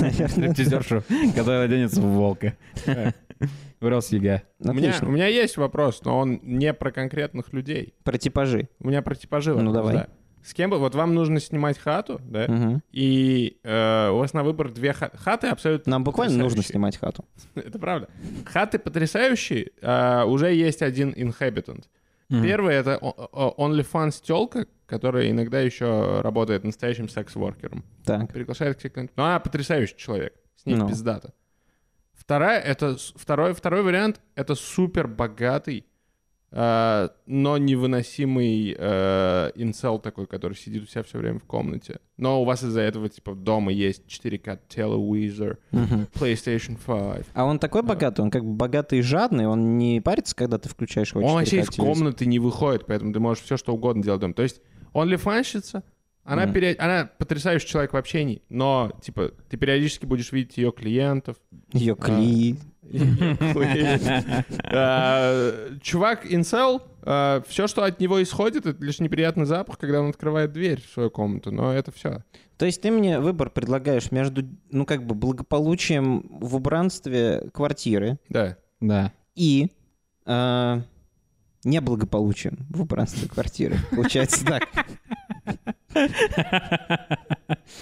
Speaker 1: Наверное,
Speaker 3: Стриптизершу, которая оденется в волка. Э, Врел яга.
Speaker 2: У меня, у
Speaker 1: ну, Отлично.
Speaker 2: меня есть вопрос, но он не про конкретных людей.
Speaker 1: Про типажи.
Speaker 2: У меня про типажи.
Speaker 1: Ну,
Speaker 2: вопрос,
Speaker 1: давай.
Speaker 2: да. С кем бы... Вот вам нужно снимать хату, да?
Speaker 1: Мгм.
Speaker 2: И э, у вас на выбор две ха- хаты абсолютно
Speaker 1: Нам буквально нужно
Speaker 2: потрясающие.
Speaker 1: снимать хату.
Speaker 2: Это правда. Хаты потрясающие. а, уже есть один инхабитант. Первый — это о- о- OnlyFans телка, которая иногда еще работает настоящим секс-воркером.
Speaker 1: Так.
Speaker 2: Приглашает к себе кто-нибудь. Ну, она потрясающий человек. С ней
Speaker 1: Ну.
Speaker 2: пиздата. Вторая — это... с- Второй, второй вариант — это супер богатый, но невыносимый э, инсел такой, который сидит у себя все время в комнате. Но у вас из-за этого, типа, дома есть 4К телевизор,
Speaker 1: Мгм.
Speaker 2: PlayStation 5,
Speaker 1: А он такой богатый, он как бы богатый и жадный, он не парится, когда ты включаешь его
Speaker 2: Он
Speaker 1: 4К
Speaker 2: вообще из
Speaker 1: телевизор?
Speaker 2: комнаты не выходит, поэтому ты можешь все что угодно делать дома. То есть он лифанщица, Она,
Speaker 3: Мгм.
Speaker 2: пере- она потрясающий человек в общении, но, типа, ты периодически будешь видеть ее клиентов.
Speaker 1: Ее кли.
Speaker 2: Э, Чувак инсел, все, что от него исходит, это лишь неприятный запах, когда он открывает дверь в свою комнату, но это все.
Speaker 1: То есть ты мне выбор предлагаешь между, ну, как бы, благополучием в убранстве квартиры
Speaker 2: Да.
Speaker 3: Да.
Speaker 1: и э, неблагополучием в убранстве квартиры. Получается так.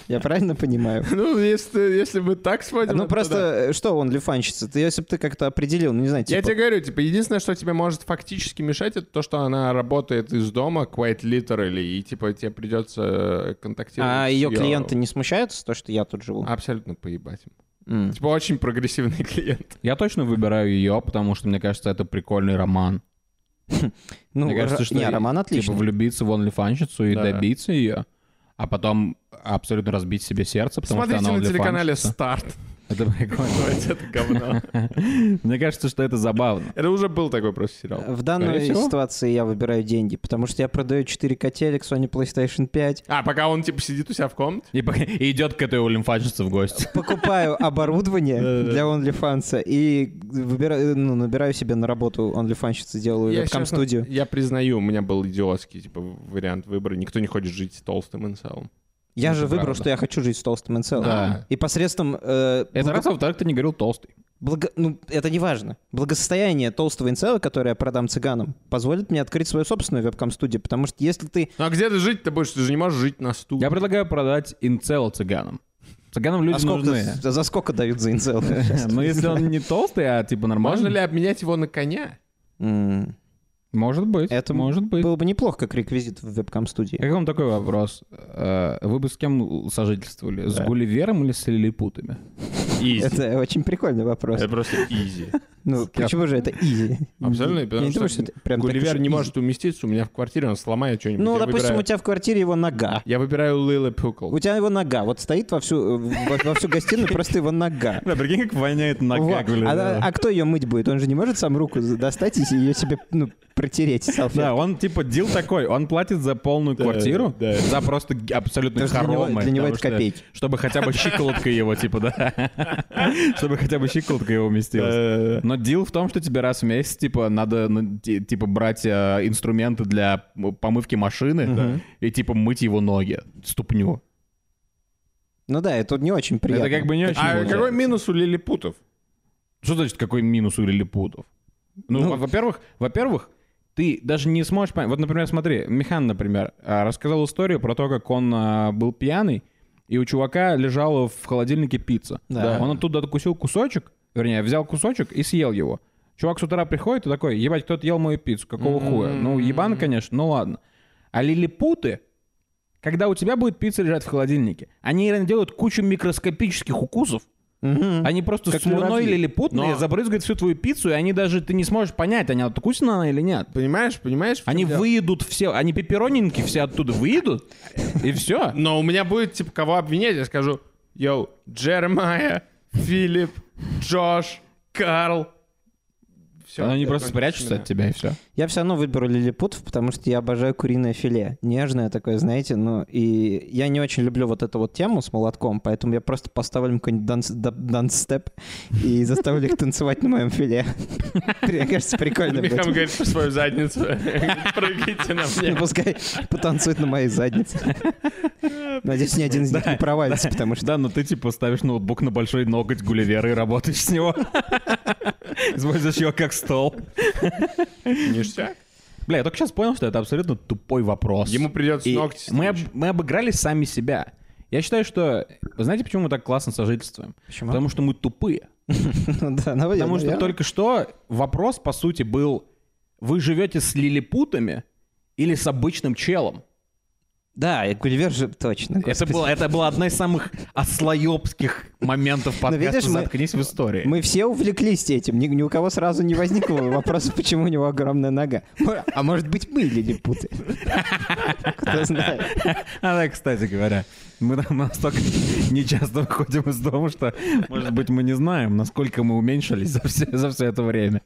Speaker 1: Я правильно понимаю?
Speaker 2: Ну, если, если мы так смотрим...
Speaker 1: Ну
Speaker 2: это да.
Speaker 1: просто, э, что он лифанщица? Ты, если бы ты как-то определил, ну не знаю,
Speaker 2: Я
Speaker 1: типа...
Speaker 2: тебе говорю, типа, единственное, что тебе может фактически мешать, это то, что она работает из дома, quite literally, и, типа, тебе придется э, контактировать
Speaker 1: А
Speaker 2: с
Speaker 1: ее клиенты не смущаются, то, что я тут живу?
Speaker 3: А,
Speaker 2: Абсолютно поебать им.
Speaker 1: М.
Speaker 2: Типа, очень прогрессивный клиент.
Speaker 3: Я точно выбираю ее, потому что, мне кажется, это прикольный роман.
Speaker 1: Ну,
Speaker 3: Мне кажется,
Speaker 1: ро-
Speaker 3: что
Speaker 1: не, Роман
Speaker 3: Типа
Speaker 1: отлично.
Speaker 3: влюбиться в онлифанщицу и
Speaker 2: Да.
Speaker 3: добиться ее, а потом абсолютно разбить себе сердце, потому
Speaker 2: Смотрите
Speaker 3: что она
Speaker 2: на телеканале
Speaker 3: онлифанщица.
Speaker 2: «Старт».
Speaker 3: Это прикольно.
Speaker 2: Давайте это говно.
Speaker 3: Мне кажется, что это забавно.
Speaker 2: Это уже был такой просто сериал.
Speaker 1: В данной
Speaker 3: всего.
Speaker 1: ситуации я выбираю деньги, потому что я продаю 4 котелек Sony PlayStation 5,
Speaker 2: А, пока он, типа, сидит у себя в комнате?
Speaker 3: И, пока- и идет к этой онлифанщице в гости.
Speaker 1: покупаю оборудование для OnlyFans и выбираю, ну, набираю себе на работу OnlyFans, делаю
Speaker 2: честно-
Speaker 1: вебкам-студию.
Speaker 2: я признаю, у меня был идиотский, типа, вариант выбора. Никто не хочет жить с толстым инсалом.
Speaker 1: Я
Speaker 3: Это
Speaker 1: же выбрал,
Speaker 3: правда.
Speaker 1: что я хочу жить с толстым инцелом.
Speaker 3: Да.
Speaker 1: И посредством... э,
Speaker 3: Это
Speaker 2: Ну,
Speaker 1: благо-
Speaker 3: раз, а во-вторых, ты не говорил толстый.
Speaker 1: благо- Ну, это не важно. Благосостояние толстого инцела, которое я продам цыганам, позволит мне открыть свою собственную вебкам-студию, потому что если ты...
Speaker 2: Ну, а где ты жить-то будешь? Ты же не можешь жить на стуле.
Speaker 3: Я предлагаю продать инцел цыганам. Цыганам
Speaker 1: а
Speaker 3: люди
Speaker 1: сколько-
Speaker 3: нужны.
Speaker 1: за, за сколько дают за инцел?
Speaker 3: Но если он не толстый, а типа
Speaker 2: Можно ли
Speaker 3: нормальный...
Speaker 2: обменять его на коня?
Speaker 1: М,
Speaker 3: Может быть.
Speaker 1: Это
Speaker 3: Это может быть.
Speaker 1: Было бы неплохо, как реквизит в
Speaker 3: А
Speaker 1: вебкам-студии.
Speaker 3: Как вам такой вопрос? Э, Вы бы с кем сожительствовали? С
Speaker 2: Да.
Speaker 3: Гулливером или с Лилипутами?
Speaker 2: Изи.
Speaker 1: Это очень прикольный вопрос.
Speaker 2: Это просто изи.
Speaker 1: Ну, почему же это изи?
Speaker 2: Абсолютно,
Speaker 1: Я
Speaker 2: потому
Speaker 1: не
Speaker 2: что
Speaker 1: думаю, что это прям так
Speaker 2: Гулливер
Speaker 1: уж изи.
Speaker 2: не может уместиться у меня в квартире, он сломает что-нибудь.
Speaker 1: Ну,
Speaker 2: Я
Speaker 1: допустим,
Speaker 2: выбираю-
Speaker 1: у тебя в квартире его нога.
Speaker 2: Я выбираю Лила Пукл.
Speaker 1: У тебя его нога вот стоит во всю, э, во, во всю гостиную, просто его нога.
Speaker 3: Да, прикинь, как воняет
Speaker 1: Во. а, а кто ее мыть будет? Он же не может сам руку за- достать и ее себе ну, протереть
Speaker 3: Да,
Speaker 1: салфеткой.
Speaker 3: он типа дил такой, он платит за полную
Speaker 2: Да,
Speaker 3: квартиру,
Speaker 2: да.
Speaker 3: за просто г- абсолютно
Speaker 1: Потому что для него-
Speaker 3: хоромы.
Speaker 1: для него
Speaker 3: потому
Speaker 1: это
Speaker 3: что-
Speaker 1: копейки.
Speaker 3: Чтобы хотя бы щиколотка его, типа, да. Чтобы хотя бы щиколотка его уместилась.
Speaker 2: Э,
Speaker 3: Но дил в том, что тебе раз в месяц, типа, надо, ну, ти- типа, брать э, инструменты для м- помывки машины и, типа, мыть его ноги, ступню.
Speaker 1: Ну да, это не очень приятно.
Speaker 3: Это как бы не очень...
Speaker 2: А
Speaker 3: получается.
Speaker 2: какой минус у лилипутов?
Speaker 3: Что значит, какой минус у лилипутов? Ну,
Speaker 1: Ну,
Speaker 3: во- во-первых, во-первых, ты даже не сможешь понять. Вот, например, смотри, Михан, например, а, рассказал историю про то, как он а, был пьяный, и у чувака лежала в холодильнике пицца.
Speaker 1: Да.
Speaker 3: Он оттуда откусил кусочек, вернее, взял кусочек и съел его. Чувак с утра приходит и такой, ебать, кто-то ел мою пиццу, какого хуя? Ну, ебан, конечно, ну ладно. А лилипуты, когда у тебя будет пицца лежать в холодильнике, они наверное, делают кучу микроскопических укусов,
Speaker 1: Мгм.
Speaker 3: они просто
Speaker 1: Как
Speaker 3: слюной
Speaker 1: муравьи.
Speaker 3: лилипутные
Speaker 2: Но-
Speaker 3: забрызгают всю твою пиццу, и они даже, ты не сможешь понять, они откусена она или нет.
Speaker 2: Понимаешь, понимаешь? в чём
Speaker 3: Они
Speaker 2: дело?
Speaker 3: выедут все, они пеппероненьки все оттуда выедут, и все.
Speaker 2: Но у меня будет, типа, кого обвинять. Я скажу, йоу, Джеремайя, Филипп, Джош, Карл. Все.
Speaker 3: Они просто
Speaker 1: а
Speaker 3: спрячутся от тебя, и все.
Speaker 1: Я все равно выберу лилипутов, потому что я обожаю куриное филе. Нежное такое, знаете, ну и я не очень люблю вот эту вот тему с молотком, поэтому я просто поставлю им какой-нибудь данс- да- данс-степ и заставлю их танцевать на моем филе. Мне кажется, прикольно будет.
Speaker 2: Михам говорит про свою задницу. Прыгайте на
Speaker 1: Ну,
Speaker 2: мне.
Speaker 1: пускай потанцует на моей заднице. Надеюсь, ни один из них не провалится, потому что...
Speaker 3: Да, но ты типа ставишь ноутбук на большой ноготь Гулливера и работаешь с него. Используешь его как стол.
Speaker 2: Ништяк.
Speaker 3: Бля, я только сейчас понял, что это абсолютно тупой вопрос.
Speaker 2: Ему придется
Speaker 3: И
Speaker 2: ногти
Speaker 3: мы, об-
Speaker 2: стричь.
Speaker 3: мы обыграли сами себя. Я считаю, что... Знаете, почему мы так классно сожительствуем?
Speaker 1: Почему?
Speaker 3: Потому что мы тупые.
Speaker 1: Ну да, наверное,
Speaker 3: Потому что
Speaker 1: наверное.
Speaker 3: только что вопрос, по сути, был, вы живете с лилипутами или с обычным челом?
Speaker 1: Да, и Гулливер же точно.
Speaker 3: Это
Speaker 1: господи.
Speaker 3: было, это было одна из самых ослоебских моментов
Speaker 1: Но
Speaker 3: подкаста
Speaker 1: видишь, мы-
Speaker 3: «Заткнись в истории».
Speaker 1: Мы все увлеклись этим, ни, ни у кого сразу не возникло вопроса, почему у него огромная нога. А может быть, мы лилипуты? Кто знает.
Speaker 3: А да, кстати говоря, мы там настолько нечасто выходим из дома, что, может быть, мы не знаем, насколько мы уменьшились за все, за все это время.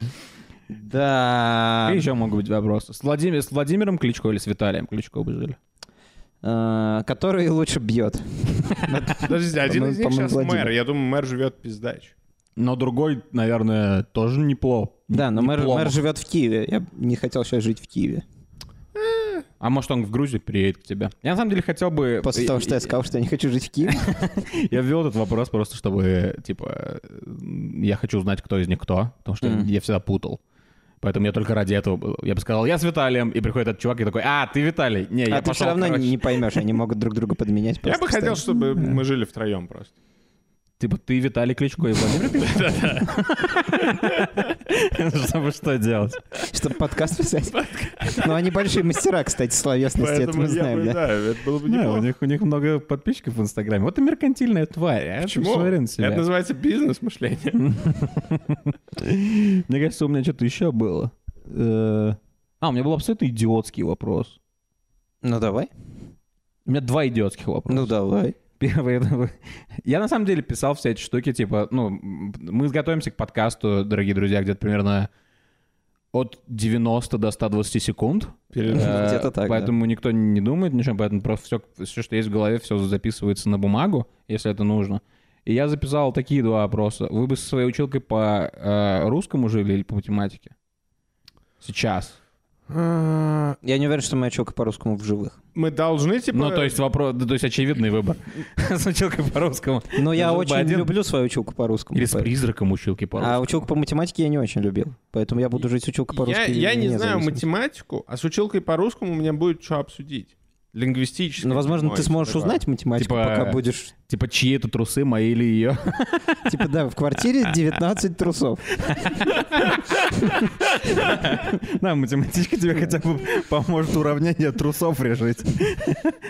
Speaker 1: Да.
Speaker 3: Какие еще могут быть вопросы? С, Владим- с Владимиром Кличко или с Виталием Кличко бы жили?
Speaker 1: э, который лучше бьет.
Speaker 2: Подождите, один из них
Speaker 1: По-моему,
Speaker 2: сейчас мэр.
Speaker 1: Владимир.
Speaker 2: Я думаю, мэр живет пиздач.
Speaker 4: Но другой, наверное, тоже неплохо.
Speaker 1: Да, но мэр,
Speaker 4: Неплохо.
Speaker 1: мэр живет в Киеве. Я б не хотел сейчас жить в Киеве.
Speaker 3: А может, он в Грузию приедет к тебе? Я на самом деле хотел бы...
Speaker 1: После того, что я сказал, что я не хочу жить в Киеве.
Speaker 3: Я ввел этот вопрос просто, чтобы, типа, э, я хочу узнать, кто из них кто, потому что
Speaker 1: Мгм.
Speaker 3: я всегда путал. Поэтому я только ради этого... был. Я бы сказал, я с Виталием, и приходит этот чувак и такой, а, ты Виталий. Не, я
Speaker 1: А ты
Speaker 3: пошел,
Speaker 1: все равно
Speaker 3: короче.
Speaker 1: не поймешь, они могут друг друга подменять.
Speaker 2: Я
Speaker 1: просто
Speaker 2: бы хотел,
Speaker 1: постоянно.
Speaker 2: чтобы мы жили втроем просто.
Speaker 3: Типа, ты Виталий Кличко и Владимир Кличко? Чтобы что делать?
Speaker 1: чтобы подкаст писать. Ну, они большие мастера, кстати, словесности, это
Speaker 2: Поэтому
Speaker 1: мы
Speaker 2: я бы,
Speaker 1: знаем, да.
Speaker 2: Да, это было бы
Speaker 3: Не, у
Speaker 2: неплохо.
Speaker 3: них, у них много подписчиков в Инстаграме. Вот и меркантильная тварь, а?
Speaker 2: Почему?
Speaker 3: Посмотри на себя.
Speaker 2: Это называется бизнес-мышление.
Speaker 3: Мне кажется, у меня что-то еще было. Э, А, у меня был абсолютно идиотский вопрос.
Speaker 1: Ну, давай.
Speaker 3: У меня два идиотских вопроса.
Speaker 1: Ну, давай.
Speaker 3: Первый, это вы- я на самом деле писал все эти штуки, типа, ну, м, мы готовимся к подкасту, дорогие друзья, где-то примерно от 90 до 120 секунд.
Speaker 2: Перед-
Speaker 3: Э,
Speaker 1: Где-то так, да.
Speaker 3: Поэтому никто не думает ничего, поэтому просто все, все, что есть в голове, все записывается на бумагу, если это нужно. И я записал такие два вопроса. Вы бы со своей училкой по э, русскому жили или по математике? Сейчас.
Speaker 2: А,
Speaker 1: Я не уверен, что моя челка по-русскому в живых.
Speaker 2: Мы должны, типа...
Speaker 3: Ну, то есть вопрос, да, то есть очевидный выбор. С училкой по русскому.
Speaker 1: Но я
Speaker 3: Ну,
Speaker 1: очень
Speaker 3: один-
Speaker 1: люблю свою училку по-русскому.
Speaker 3: Или с
Speaker 1: поэтому-
Speaker 3: призраком училки по
Speaker 1: А
Speaker 3: русскому.
Speaker 1: училку по математике я не очень любил. Поэтому я буду жить с училкой
Speaker 2: Я,
Speaker 1: по-русски.
Speaker 2: я не
Speaker 1: вне
Speaker 2: знаю
Speaker 1: зависимости.
Speaker 2: математику, а с училкой по-русскому у меня будет что обсудить. Лингвистически. типа,
Speaker 1: Ну, возможно, ты сможешь узнать математику,
Speaker 3: Типа-
Speaker 1: пока будешь...
Speaker 3: Типа, чьи это трусы, мои или ее?
Speaker 1: Типа, да, в квартире 19 трусов.
Speaker 4: Да, математичка тебе хотя бы поможет уравнение трусов решить.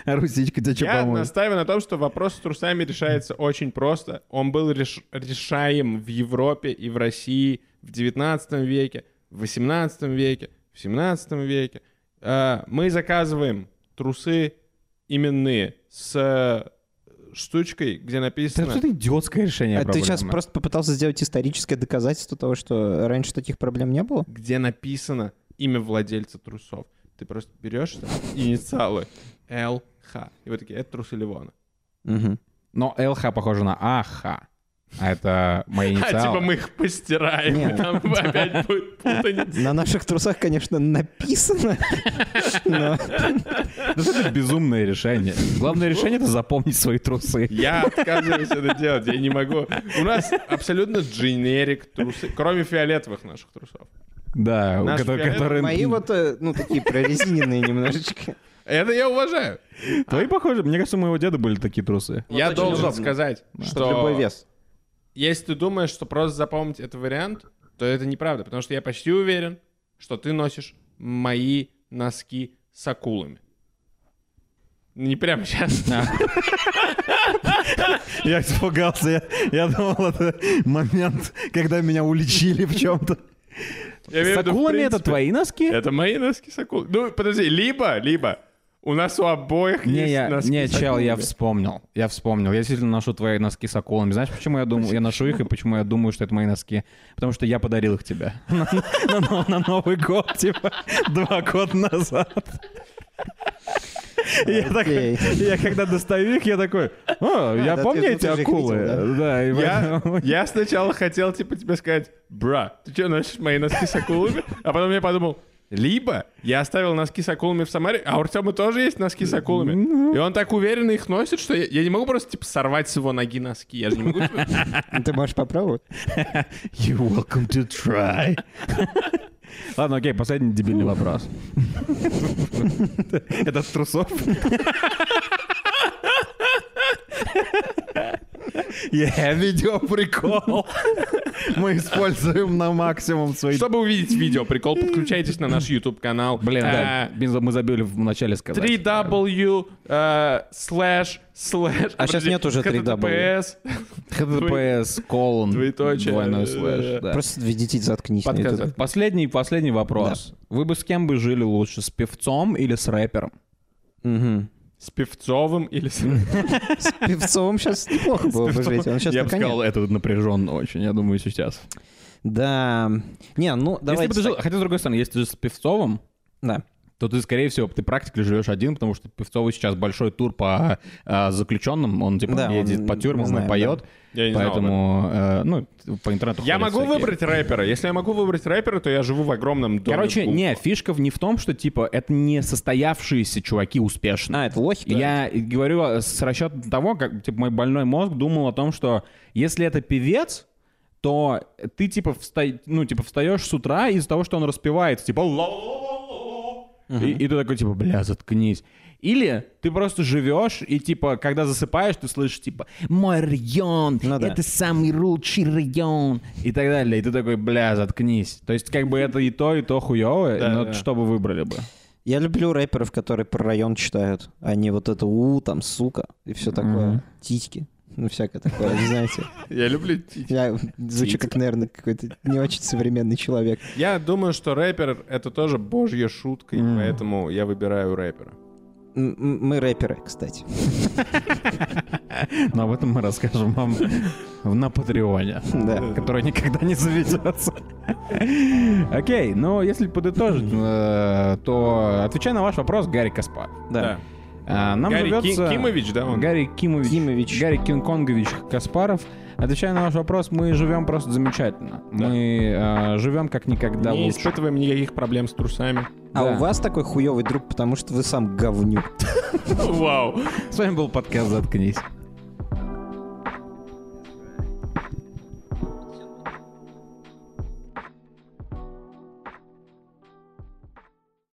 Speaker 4: А русичка тебе что
Speaker 1: типа,
Speaker 2: Я
Speaker 4: поможет?
Speaker 2: настаиваю на том, что вопрос с трусами решается очень просто. Он был реш- решаем в Европе и в России в 19 веке, в 18 веке, в 17 веке. Э, Мы заказываем трусы именные с э, штучкой, где
Speaker 3: Это
Speaker 2: написано...
Speaker 3: абсолютно идиотское решение
Speaker 1: А ты
Speaker 3: проблемы.
Speaker 1: сейчас просто попытался сделать историческое доказательство того, что раньше таких проблем не было?
Speaker 2: где написано имя владельца трусов. Ты просто берешь там инициалы ЛХ. И вот такие, это трусы Ливона.
Speaker 1: Мгм.
Speaker 3: Но ЛХ похоже на АХ. А это
Speaker 2: А
Speaker 3: мои
Speaker 2: типа
Speaker 3: инициалы.
Speaker 2: мы их постираем, и
Speaker 1: Нет.
Speaker 2: там опять будет путаница.
Speaker 1: На наших трусах, конечно, написано. но-
Speaker 3: Это безумное решение. Главное решение — это запомнить свои трусы.
Speaker 2: Я отказываюсь это делать, я не могу. У нас абсолютно дженерик трусы, кроме фиолетовых наших трусов.
Speaker 3: Да, у
Speaker 2: Наш
Speaker 3: которых-
Speaker 2: фиолет-
Speaker 3: которые...
Speaker 1: Мои вот, э, ну, такие прорезиненные немножечко.
Speaker 2: Это я уважаю. А.
Speaker 3: Твои похожи. Мне кажется, у моего деда были такие трусы.
Speaker 2: Я
Speaker 1: очень
Speaker 2: должен
Speaker 1: удобно.
Speaker 2: сказать,
Speaker 1: Что любой
Speaker 2: что
Speaker 1: вес.
Speaker 2: если ты думаешь, что просто запомнить этот вариант, то это неправда, потому что я почти уверен, что ты носишь мои носки с акулами. Не прямо сейчас.
Speaker 4: Я испугался. Я, я думал, это момент, когда меня уличили в чем-то.
Speaker 2: Я имею
Speaker 3: С
Speaker 2: в виду, в
Speaker 3: акулами это
Speaker 2: принципе.
Speaker 3: твои носки?
Speaker 2: Это мои носки с акулой. Ну, подожди, либо, либо. У нас у обоих
Speaker 3: Не,
Speaker 2: есть
Speaker 3: я,
Speaker 2: носки
Speaker 3: не,
Speaker 2: с
Speaker 3: чел, я
Speaker 2: акулами.
Speaker 3: вспомнил. Я вспомнил. Я действительно ношу твои носки с акулами. Знаешь, почему я думаю, я ношу их и почему я думаю, что это мои носки? Потому что я подарил их тебе на, на- на- на Новый год, типа два года назад. Я, так-
Speaker 1: Окей.
Speaker 3: я когда достаю их, я такой, «О, я
Speaker 1: да, ты-
Speaker 3: помню
Speaker 1: ну,
Speaker 3: эти
Speaker 1: ты же их
Speaker 3: акулы.
Speaker 1: видел,
Speaker 3: да, и
Speaker 2: Я,
Speaker 3: поэтому-
Speaker 2: я сначала хотел, типа, тебе сказать, бра, ты что, носишь мои носки с акулами? А потом я подумал, либо я оставил носки с акулами в Самаре, а у Артема тоже есть носки с
Speaker 3: Ну.
Speaker 2: акулами. И он так уверенно их носит, что я, я не могу просто, типа, сорвать с его ноги носки. Я же не могу... типа,
Speaker 1: Ну, Ты можешь попробовать?
Speaker 4: You're welcome to try.
Speaker 3: Ладно, окей, последний дебильный вопрос.
Speaker 4: Это с трусов? Я видео прикол. Мы используем на максимум свои...
Speaker 2: Чтобы увидеть видео, прикол, подключайтесь на наш А, YouTube-канал.
Speaker 3: Блин,
Speaker 2: Э,
Speaker 3: да, бензо- мы забили в начале сказать.
Speaker 2: 3W э, слэш слэш...
Speaker 1: А сейчас нет уже 3W.
Speaker 2: HTTPS,
Speaker 3: HTTPS, колон,
Speaker 2: Двоеточие.
Speaker 3: двойной слэш. да.
Speaker 1: Просто ведите, заткнись. на
Speaker 2: Подкаст.
Speaker 1: YouTube.
Speaker 3: Последний, последний вопрос. Вы бы с кем бы жили лучше, с певцом или с рэпером?
Speaker 1: Мгм.
Speaker 2: С Певцовым или с...
Speaker 1: С певцом сейчас неплохо было бы жить. Он сейчас
Speaker 3: я
Speaker 1: на
Speaker 3: бы
Speaker 1: коне.
Speaker 3: сказал, это напряженно очень, я думаю, сейчас.
Speaker 1: Да. Не, ну, давайте
Speaker 3: если бы ты жил,
Speaker 1: так.
Speaker 3: хотя, с другой стороны, если ты жил с певцовым,
Speaker 1: Да.
Speaker 3: то ты, скорее всего, ты практикли живешь один, потому что Певцовый сейчас большой тур по а, заключенным, он типа
Speaker 1: Да, он-
Speaker 3: едет по
Speaker 1: мы
Speaker 3: тюрьмам
Speaker 1: знаем,
Speaker 3: и поет,
Speaker 2: Я не знал
Speaker 3: поэтому, э, ну, по интернету
Speaker 2: Я
Speaker 3: ходят
Speaker 2: могу
Speaker 3: всякие.
Speaker 2: выбрать рэпера. Если я могу выбрать рэпера, то я живу в огромном доме.
Speaker 3: Короче,
Speaker 2: Google.
Speaker 3: не, фишка в- не в том, что, типа, это не состоявшиеся чуваки успешные.
Speaker 1: А, это лохи?
Speaker 3: Я говорю э, с расчетом того, как типа, мой больной мозг думал о том, что если это певец, то ты типа, вста- ну, типа встаешь с утра из-за того, что он распевается, типа «Ла-ла-ла-ла-ла». и, и ты такой типа, бля, заткнись. Или ты просто живешь, и типа, когда засыпаешь, ты слышишь типа «Мой район,
Speaker 1: Ну да.
Speaker 3: это самый лучший район» и так далее. И ты такой, бля, заткнись. То есть как бы это и то, и то хуёвое,
Speaker 2: Да,
Speaker 3: но
Speaker 2: да.
Speaker 3: что бы выбрали бы?
Speaker 1: Я люблю рэперов, которые про район читают, а не вот это у, там, сука, и все такое. Титьки. Ну, всякое такое, знаете.
Speaker 2: Я люблю ти-
Speaker 1: Я звучу как, наверное, какой-то не очень современный человек.
Speaker 2: Я думаю, что рэпер — это тоже божья шутка, и поэтому я выбираю рэпера.
Speaker 1: М- м- Мы рэперы, кстати.
Speaker 3: Но об этом мы расскажем вам в- на Патреоне.
Speaker 1: Да.
Speaker 3: которая никогда не заведется. Окей, но если подытожить, э, то отвечая на ваш вопрос, Гарри Каспар.
Speaker 1: Да.
Speaker 3: А, Нам
Speaker 2: Гарри Ки-
Speaker 3: живется...
Speaker 2: Кимович, да, он?
Speaker 3: Гарри Кимович.
Speaker 1: Кимович.
Speaker 3: Гарри Кинг-Конгович Каспаров. Отвечая на ваш вопрос, мы живем просто замечательно. Мы э, живем как никогда
Speaker 2: не
Speaker 3: лучше.
Speaker 2: испытываем никаких проблем с трусами.
Speaker 1: А
Speaker 3: Да.
Speaker 1: у вас такой хуёвый друг, потому что вы сам говнюк.
Speaker 2: Вау.
Speaker 3: С вами был подкаст «Заткнись».